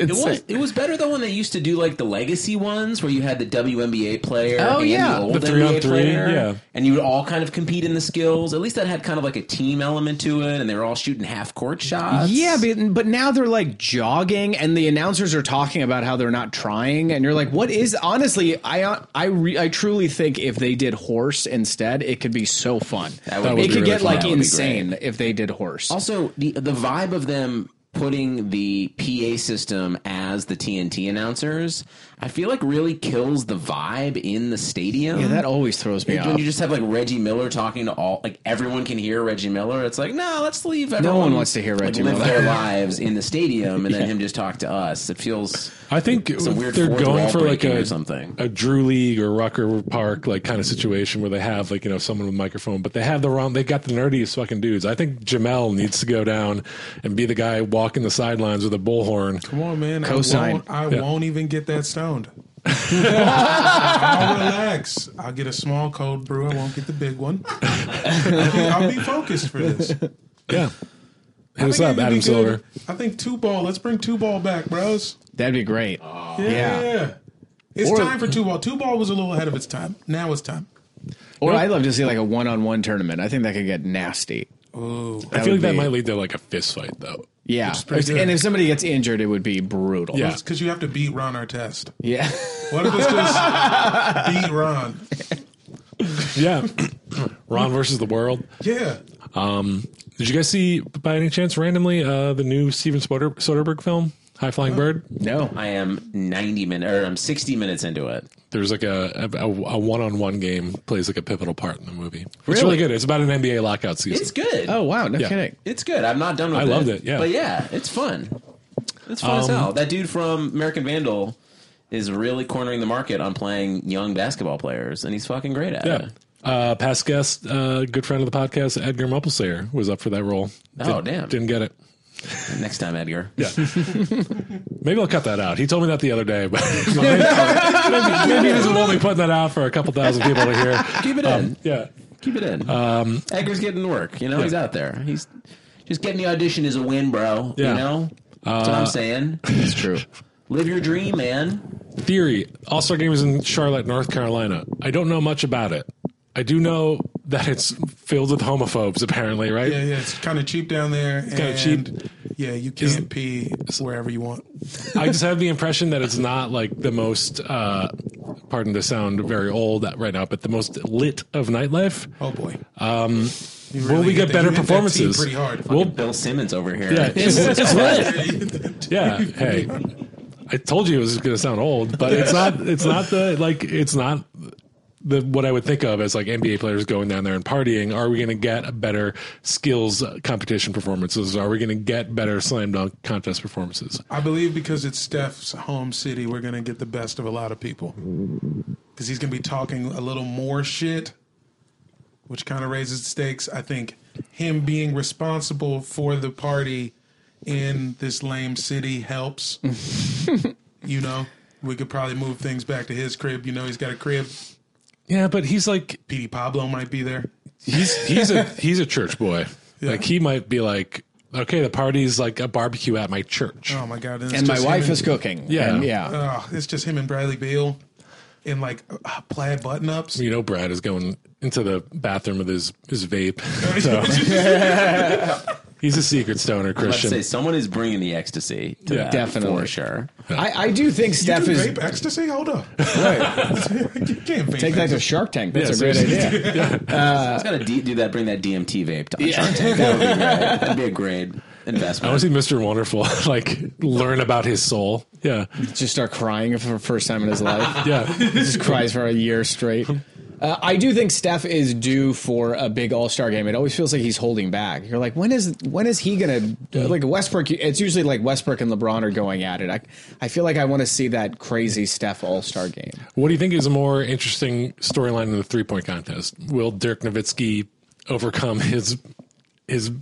[SPEAKER 2] It
[SPEAKER 4] insane.
[SPEAKER 2] was it was better though when they used to do like the legacy ones where you had the WNBA player
[SPEAKER 4] Oh,
[SPEAKER 2] and
[SPEAKER 4] yeah.
[SPEAKER 2] the old
[SPEAKER 3] The
[SPEAKER 2] NBA
[SPEAKER 3] three-on-three,
[SPEAKER 2] player,
[SPEAKER 3] yeah.
[SPEAKER 2] and you would all kind of compete in the skills. At least that had kind of like a team element to it, and they were all shooting half court shots.
[SPEAKER 4] Yeah, but, but now they're like jogging, and the announcers are talking about how they're not trying, and you're like, "What is?" Honestly, I uh, I re, I truly think if they did horse instead, it could be so fun.
[SPEAKER 2] That would
[SPEAKER 4] it
[SPEAKER 2] be
[SPEAKER 4] could
[SPEAKER 3] really
[SPEAKER 4] get
[SPEAKER 3] fun.
[SPEAKER 4] like
[SPEAKER 2] That would be
[SPEAKER 4] insane if they did horse.
[SPEAKER 2] Also, the the vibe of them putting the PA system as the TNT announcers, I feel like really kills the vibe in the stadium.
[SPEAKER 4] yeah, that always throws me
[SPEAKER 2] Like,
[SPEAKER 4] off.
[SPEAKER 2] When you just have like Reggie Miller talking to all, like everyone can hear Reggie Miller. It's like, no, let's leave. Everyone,
[SPEAKER 4] one wants to hear Reggie
[SPEAKER 2] like, live
[SPEAKER 4] Miller.
[SPEAKER 2] their lives in the stadium, and then him just talk to us. It feels
[SPEAKER 3] I think
[SPEAKER 2] a weird
[SPEAKER 3] they're
[SPEAKER 2] fourth
[SPEAKER 3] going
[SPEAKER 2] wall
[SPEAKER 3] for like
[SPEAKER 2] breaking
[SPEAKER 3] a
[SPEAKER 2] or something.
[SPEAKER 3] a Drew League or Rucker Park like kind of situation where they have like you know someone with a microphone, but they have the wrong. They got the nerdiest fucking dudes. I think Jamel needs to go down and be the guy walking the sidelines with a bullhorn.
[SPEAKER 1] Come on, man. I,
[SPEAKER 4] Cosign.
[SPEAKER 1] won't, I
[SPEAKER 3] Yeah.
[SPEAKER 1] won't even get that stoned. I'll relax. I'll get a small cold brew. I won't get the big one. I'll be, I'll be focused for this.
[SPEAKER 3] Yeah, hit us
[SPEAKER 1] I think it'd
[SPEAKER 3] up,
[SPEAKER 1] be
[SPEAKER 3] Adam
[SPEAKER 1] good.
[SPEAKER 3] Silver.
[SPEAKER 1] I think two ball. Let's bring two ball back, bros.
[SPEAKER 4] That'd be great.
[SPEAKER 1] Yeah. It's
[SPEAKER 4] Or-
[SPEAKER 1] time for two ball. Two ball was a little ahead of its time. Now it's time.
[SPEAKER 4] Or I'd love to see like a one on one tournament. I think that could get nasty.
[SPEAKER 1] Ooh.
[SPEAKER 4] That
[SPEAKER 3] I feel like
[SPEAKER 4] would
[SPEAKER 3] that
[SPEAKER 4] be-
[SPEAKER 3] might lead to like a fist fight though.
[SPEAKER 4] Yeah,
[SPEAKER 1] pretty good.
[SPEAKER 4] and if somebody gets injured, it would be brutal.
[SPEAKER 3] Yeah.
[SPEAKER 1] Because you have to beat Ron Artest.
[SPEAKER 4] yeah.
[SPEAKER 1] What if it's just beat Ron?
[SPEAKER 3] Yeah, Ron versus the world.
[SPEAKER 1] Yeah.
[SPEAKER 3] Did you guys see by any chance randomly uh, the new Steven Soder- Soderbergh film, High Flying Bird?
[SPEAKER 4] no,
[SPEAKER 2] I am ninety minutes or I'm sixty minutes into it.
[SPEAKER 3] there's like a a, a one-on-one game plays like a pivotal part in the movie. It's
[SPEAKER 4] Really?
[SPEAKER 3] really good. It's about an NBA lockout season.
[SPEAKER 2] It's good.
[SPEAKER 4] Oh wow, no
[SPEAKER 3] Yeah.
[SPEAKER 4] kidding.
[SPEAKER 2] It's good. I'm not done with
[SPEAKER 3] I
[SPEAKER 2] it.
[SPEAKER 3] loved it, yeah. Um,
[SPEAKER 2] But yeah, it's fun. It's fun as hell. That dude from American Vandal is really cornering the market on playing young basketball players, and he's fucking great at
[SPEAKER 3] yeah.
[SPEAKER 2] it.
[SPEAKER 3] Uh, past guest, uh, good friend of the podcast, Edgar Muppelsayer, was up for that role.
[SPEAKER 2] Oh,
[SPEAKER 3] Didn't-
[SPEAKER 2] damn.
[SPEAKER 3] Didn't get it.
[SPEAKER 2] Next time, Edgar.
[SPEAKER 3] Yeah. maybe I'll cut that out. He told me that the other day, but maybe, maybe he doesn't want me putting that out for a couple thousand people to hear.
[SPEAKER 2] Keep it in.
[SPEAKER 3] Yeah.
[SPEAKER 2] Keep it in.
[SPEAKER 3] Um,
[SPEAKER 2] Edgar's getting to work. You know, he's out there. He's just getting the audition is a win, bro.
[SPEAKER 3] Yeah.
[SPEAKER 2] You
[SPEAKER 3] Uh,
[SPEAKER 2] know, that's what I'm saying.
[SPEAKER 4] It's true.
[SPEAKER 2] Live your dream, man.
[SPEAKER 3] Theory All Star Game is in Charlotte, North Carolina. I don't know much about it. I do know that it's filled with homophobes, apparently, right?
[SPEAKER 1] Yeah, yeah, it's kind of cheap down there. It's
[SPEAKER 3] kinda cheap.
[SPEAKER 1] Yeah, you can't pee wherever you want.
[SPEAKER 3] I just have the impression that it's not like the most, uh, pardon the sound, very old right now, but the most lit of nightlife.
[SPEAKER 1] Oh boy.
[SPEAKER 3] Will Um, we
[SPEAKER 1] hit that-
[SPEAKER 3] get better
[SPEAKER 1] you hit that tee
[SPEAKER 3] performances?
[SPEAKER 1] pretty hard.
[SPEAKER 3] We'll,
[SPEAKER 2] Bill Simmons over here.
[SPEAKER 3] Oh. yeah, it's, it's lit.
[SPEAKER 1] It's
[SPEAKER 3] Yeah, hey, I told you it was going to sound old, but it's not. It's not the like. It's not the what I would think of as like NBA players going down there and partying. Are we going to get a better skills uh, competition performances? Are we going to get better slam dunk contest performances?
[SPEAKER 1] I believe because it's Steph's home city, we're gonna get the best of a lot of people. Because he's gonna be talking a little more shit, which kind of raises the stakes. I think him being responsible for the party in this lame city helps. you know, we could probably move things back to his crib. You know, he's got a crib.
[SPEAKER 3] Yeah, but he's like
[SPEAKER 1] Petey Pablo might be there.
[SPEAKER 3] he's he's a he's a church boy. Like he might be like, okay, the party's like a barbecue at my church.
[SPEAKER 1] Oh my god! it's
[SPEAKER 4] And my
[SPEAKER 1] just
[SPEAKER 4] wife
[SPEAKER 1] him
[SPEAKER 4] is cooking.
[SPEAKER 3] Yeah.
[SPEAKER 4] And, yeah.
[SPEAKER 1] Oh, it's just him and Bradley Beal in like uh, plaid button ups.
[SPEAKER 3] You know, Brad is going into the bathroom with his his vape. So he's a secret stoner
[SPEAKER 2] Let's
[SPEAKER 3] Christian.
[SPEAKER 2] say someone is bringing the ecstasy. To
[SPEAKER 3] Yeah.
[SPEAKER 2] that,
[SPEAKER 4] Definitely.
[SPEAKER 2] for sure.
[SPEAKER 4] I, I do think Steph
[SPEAKER 1] Do
[SPEAKER 4] is
[SPEAKER 1] vape ecstasy? Hold up. you can't vape
[SPEAKER 4] take that to
[SPEAKER 1] ecstasy.
[SPEAKER 4] Shark Tank. That's
[SPEAKER 3] Yeah,
[SPEAKER 4] a great
[SPEAKER 3] seriously.
[SPEAKER 4] idea.
[SPEAKER 3] Uh,
[SPEAKER 2] It's got to d- do that. Bring that DMT vape to Shark Tank. That would be great. That'd be a great
[SPEAKER 3] I want
[SPEAKER 2] investment.
[SPEAKER 3] to see Mr. Wonderful like learn about his soul. Yeah,
[SPEAKER 4] Just start crying for the first time in his life.
[SPEAKER 3] yeah.
[SPEAKER 4] just cries for a year straight. Uh, I do think Steph is due for a big All Star game. It always feels like he's holding back. You're like, when is when is he gonna like Westbrook? It's usually like Westbrook and LeBron are going at it. I I feel like I want to see that crazy Steph All Star game.
[SPEAKER 3] What do you think is a more interesting storyline in the three point contest? Will Dirk Nowitzki overcome his his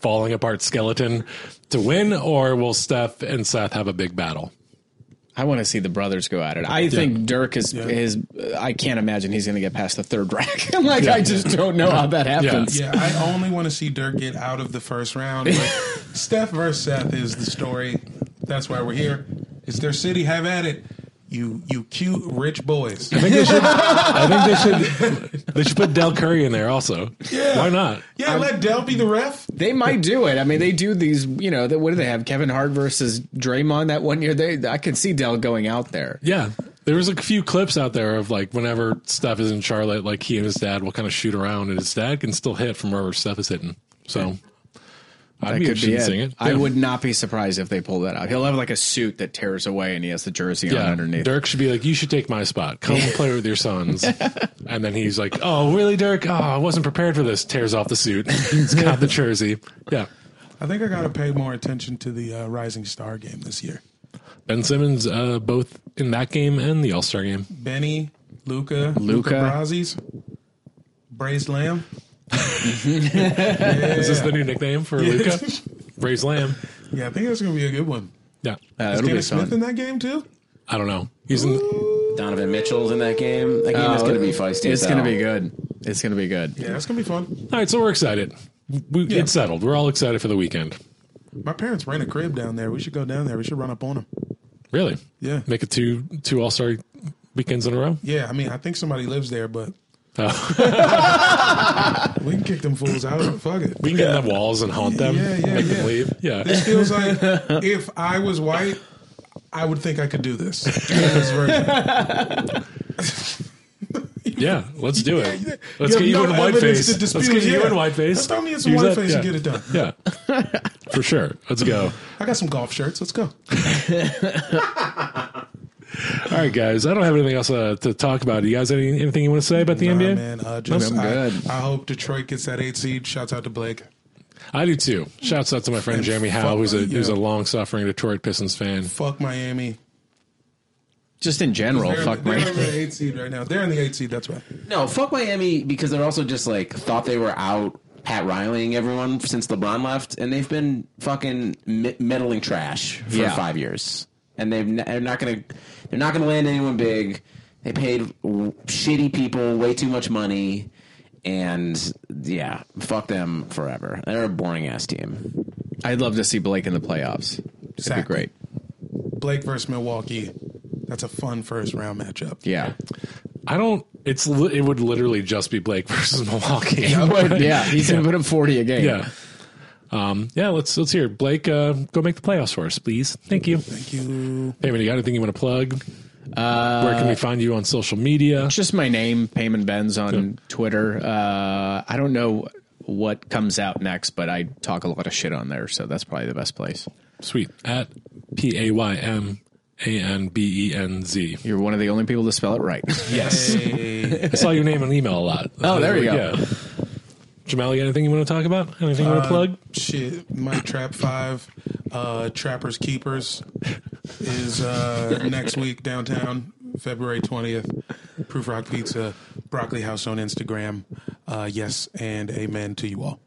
[SPEAKER 3] falling apart skeleton to win, or will Steph and Seth have a big battle?
[SPEAKER 4] I want to see the brothers go at it. I think Dirk is his. I can't imagine he's gonna get past the third rack. I'm like, I just don't know how that happens.
[SPEAKER 1] Yeah, I only want to see Dirk get out of the first round. But Steph versus Seth is the story. That's why we're here. It's their city. Have at it. You you cute rich boys.
[SPEAKER 3] I think they should. I think they should. They should put Del Curry in there also. Yeah. Why not?
[SPEAKER 1] Yeah, let Dell be the ref.
[SPEAKER 4] They might do it. I mean, they do these. You know, that what do they have? Kevin Hart versus Draymond that one year. They I could see Dell going out there.
[SPEAKER 3] Yeah. There was a few clips out there of like whenever Steph is in Charlotte, like he and his dad will kind of shoot around, and his dad can still hit from wherever Steph is hitting. So I'd
[SPEAKER 4] That
[SPEAKER 3] be
[SPEAKER 4] could
[SPEAKER 3] interested
[SPEAKER 4] be
[SPEAKER 3] in
[SPEAKER 4] it.
[SPEAKER 3] seeing it.
[SPEAKER 4] I
[SPEAKER 3] Yeah.
[SPEAKER 4] would not be surprised if they pull that out. He'll have like a suit that tears away and he has the jersey on
[SPEAKER 3] Yeah,
[SPEAKER 4] underneath.
[SPEAKER 3] Dirk should be like, "You should take my spot. Come play with your sons." and then he's like, "Oh, really, Dirk? Oh, I wasn't prepared for this." Tears off the suit. he's got the jersey. Yeah,
[SPEAKER 1] I think I got to pay more attention to the uh, Rising Star game this year.
[SPEAKER 3] Ben Simmons, uh, both in that game and the All Star game.
[SPEAKER 1] Benny, Luca,
[SPEAKER 4] Luka.
[SPEAKER 1] Luca Brazzi's, Braised Lamb.
[SPEAKER 3] Is this the new nickname for Luca? Braised lamb.
[SPEAKER 1] Yeah, I think that's going to be a good one.
[SPEAKER 3] Yeah,
[SPEAKER 4] Uh,
[SPEAKER 1] Is
[SPEAKER 4] it'll be
[SPEAKER 1] Dennis Smith in
[SPEAKER 4] fun.
[SPEAKER 1] that game too?
[SPEAKER 3] I don't know. He's in.
[SPEAKER 2] Donovan Mitchell's in that game. That game is
[SPEAKER 4] Oh,
[SPEAKER 2] going to be feisty.
[SPEAKER 4] It's
[SPEAKER 2] as
[SPEAKER 4] going to
[SPEAKER 2] hell.
[SPEAKER 4] be good. It's going to be good.
[SPEAKER 1] Yeah, that's gonna be fun.
[SPEAKER 3] All right, so we're excited. We,
[SPEAKER 1] Yeah.
[SPEAKER 3] It's settled. We're all excited for the weekend.
[SPEAKER 1] My parents rent a crib down there. We should go down there. We should run up on them.
[SPEAKER 3] Really?
[SPEAKER 1] Yeah.
[SPEAKER 3] Make it two two All Star weekends in a row.
[SPEAKER 1] Yeah, I mean, I think somebody lives there, but
[SPEAKER 3] Oh,
[SPEAKER 1] we can kick them fools out. Fuck it.
[SPEAKER 3] we can get in the walls and haunt them.
[SPEAKER 1] Yeah, yeah,
[SPEAKER 3] make
[SPEAKER 1] yeah.
[SPEAKER 3] them leave. Yeah.
[SPEAKER 1] This feels like if I was white, I would think I could do this. This version.
[SPEAKER 3] Yeah, let's do it.
[SPEAKER 1] You
[SPEAKER 3] Let's
[SPEAKER 1] have
[SPEAKER 3] get you
[SPEAKER 1] no
[SPEAKER 3] in whiteface.
[SPEAKER 1] evidence to
[SPEAKER 3] Let's
[SPEAKER 1] dispute
[SPEAKER 3] get
[SPEAKER 1] it.
[SPEAKER 3] you
[SPEAKER 1] Yeah.
[SPEAKER 3] in whiteface.
[SPEAKER 1] Let's throw me in some
[SPEAKER 3] Use
[SPEAKER 1] whiteface
[SPEAKER 3] that-
[SPEAKER 1] face
[SPEAKER 3] yeah.
[SPEAKER 1] and get it done.
[SPEAKER 3] Yeah, for sure. Let's go.
[SPEAKER 1] I got some golf shirts. Let's go.
[SPEAKER 3] All right, guys. I don't have anything else uh, to talk about. You guys, any, anything you want to say about the
[SPEAKER 1] Nah,
[SPEAKER 3] NBA?
[SPEAKER 1] man, uh, just,
[SPEAKER 4] I'm
[SPEAKER 1] I-
[SPEAKER 4] good.
[SPEAKER 1] I, hope Detroit gets that eight seed. Shouts out to Blake.
[SPEAKER 3] I do too. Shouts out to my friend
[SPEAKER 1] And
[SPEAKER 3] Jeremy
[SPEAKER 1] fuck
[SPEAKER 3] Howe, who's a
[SPEAKER 1] you.
[SPEAKER 3] who's a long suffering Detroit Pistons fan.
[SPEAKER 1] Fuck Miami.
[SPEAKER 4] Just in general,
[SPEAKER 1] They're,
[SPEAKER 4] fuck
[SPEAKER 1] they're
[SPEAKER 4] me.
[SPEAKER 1] in the eight seed right now. They're in the eight seed. That's right.
[SPEAKER 2] No, fuck Miami because they're also just like thought they were out Pat Rileying everyone since LeBron left, and they've been fucking me- meddling trash for
[SPEAKER 4] Yeah.
[SPEAKER 2] five years, and they've n- they're not gonna they're not gonna land anyone big. They paid w- shitty people way too much money, and yeah, fuck them forever. They're a boring ass team.
[SPEAKER 4] I'd love to see Blake in the playoffs. That'd
[SPEAKER 1] Exactly.
[SPEAKER 4] be great.
[SPEAKER 1] Blake versus Milwaukee. That's a fun first round matchup.
[SPEAKER 4] Yeah.
[SPEAKER 3] I don't. It's li- it would literally just be Blake versus Milwaukee.
[SPEAKER 4] yeah. He's going to put him 40 a game.
[SPEAKER 3] yeah. Um, yeah, let's let's hear it. Blake. Uh, go make the playoffs for us, please. Thank you.
[SPEAKER 1] Thank you.
[SPEAKER 3] Payman, you got anything you want to plug? Uh, Where can we find you on social media?
[SPEAKER 4] Just my name, Payman Benz on Twitter. Uh, I don't know what comes out next, but I talk a lot of shit on there. So that's probably the best place.
[SPEAKER 3] Sweet at p a y m a n b e n z.
[SPEAKER 4] You're one of the only people to spell it right.
[SPEAKER 3] Yes, I saw your name on email a lot.
[SPEAKER 4] Oh, there you go.
[SPEAKER 3] Jamal, you got anything you want to talk about? Anything you want
[SPEAKER 4] Uh,
[SPEAKER 3] to plug?
[SPEAKER 1] Uh, Shit, my trap five, uh, Trappers Keepers is uh, next week downtown, February twentieth. Proof Rock Pizza, Broccoli House on Instagram. Uh, yes, and amen to you all.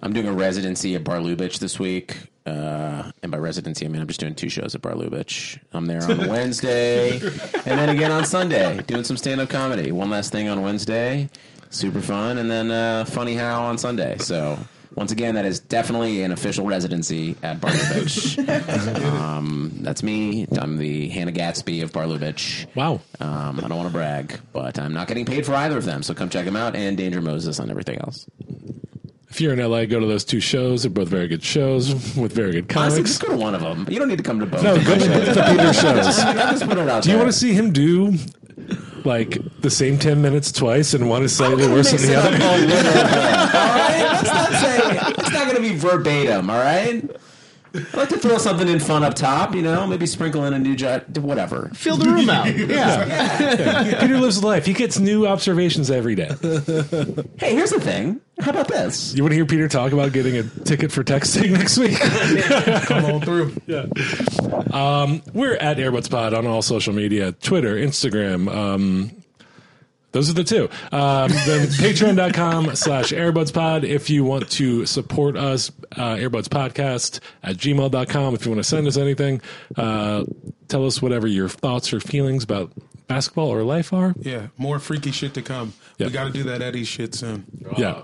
[SPEAKER 2] I'm doing a residency at Bar Lubitsch this week. Uh, and by residency, I mean I'm just doing two shows at Bar Lubitsch. I'm there on Wednesday and then again on Sunday doing some stand up comedy. One last thing on Wednesday, super fun, and then uh, Funny How on Sunday. So, once again, that is definitely an official residency at Bar Lubitsch. um, that's me. I'm the Hannah Gatsby of Bar Lubitsch.
[SPEAKER 3] Wow.
[SPEAKER 2] Um, I don't want to brag, but I'm not getting paid for either of them. So, come check them out and Danger Moses on everything else.
[SPEAKER 3] If you're in LA, go to those two shows. They're both very good shows with very good
[SPEAKER 2] Honestly,
[SPEAKER 3] comics.
[SPEAKER 2] just go to one of them. You don't need to come to both.
[SPEAKER 3] No, go to the Peter shows.
[SPEAKER 2] I just put it out
[SPEAKER 3] Do you want to see him do like the same ten minutes twice and one is slightly worse than the other?
[SPEAKER 2] Let's not say it's not going to be verbatim. All right. I like to throw something in fun up top. You know, maybe sprinkle in a new jot, whatever.
[SPEAKER 4] Fill the room out. Yeah.
[SPEAKER 3] Peter lives life. He gets new observations every day.
[SPEAKER 2] Hey, here's the thing. How about this?
[SPEAKER 3] You want to hear Peter talk about getting a ticket for texting next week?
[SPEAKER 1] Come on through.
[SPEAKER 3] We're at Airbuds Pod on all social media Twitter, Instagram. Um, those are the two. Um, then patreon.com slash Airbuds Pod. If you want to support us, uh, Airbuds Podcast at gmail.com. If you want to send us anything, uh, tell us whatever your thoughts or feelings about basketball or life are.
[SPEAKER 1] Yeah, more freaky shit to come.
[SPEAKER 3] Yeah.
[SPEAKER 1] We got to do that Eddie shit soon.
[SPEAKER 3] Yeah.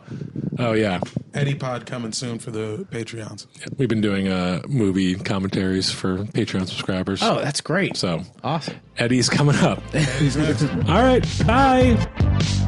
[SPEAKER 3] Oh, yeah.
[SPEAKER 1] Eddie Pod coming soon for the Patreons.
[SPEAKER 3] We've been doing uh, movie commentaries for Patreon subscribers.
[SPEAKER 4] Oh, that's great.
[SPEAKER 3] So
[SPEAKER 4] Awesome.
[SPEAKER 3] Eddie's coming up.
[SPEAKER 1] Eddie's next.
[SPEAKER 3] All right. Bye.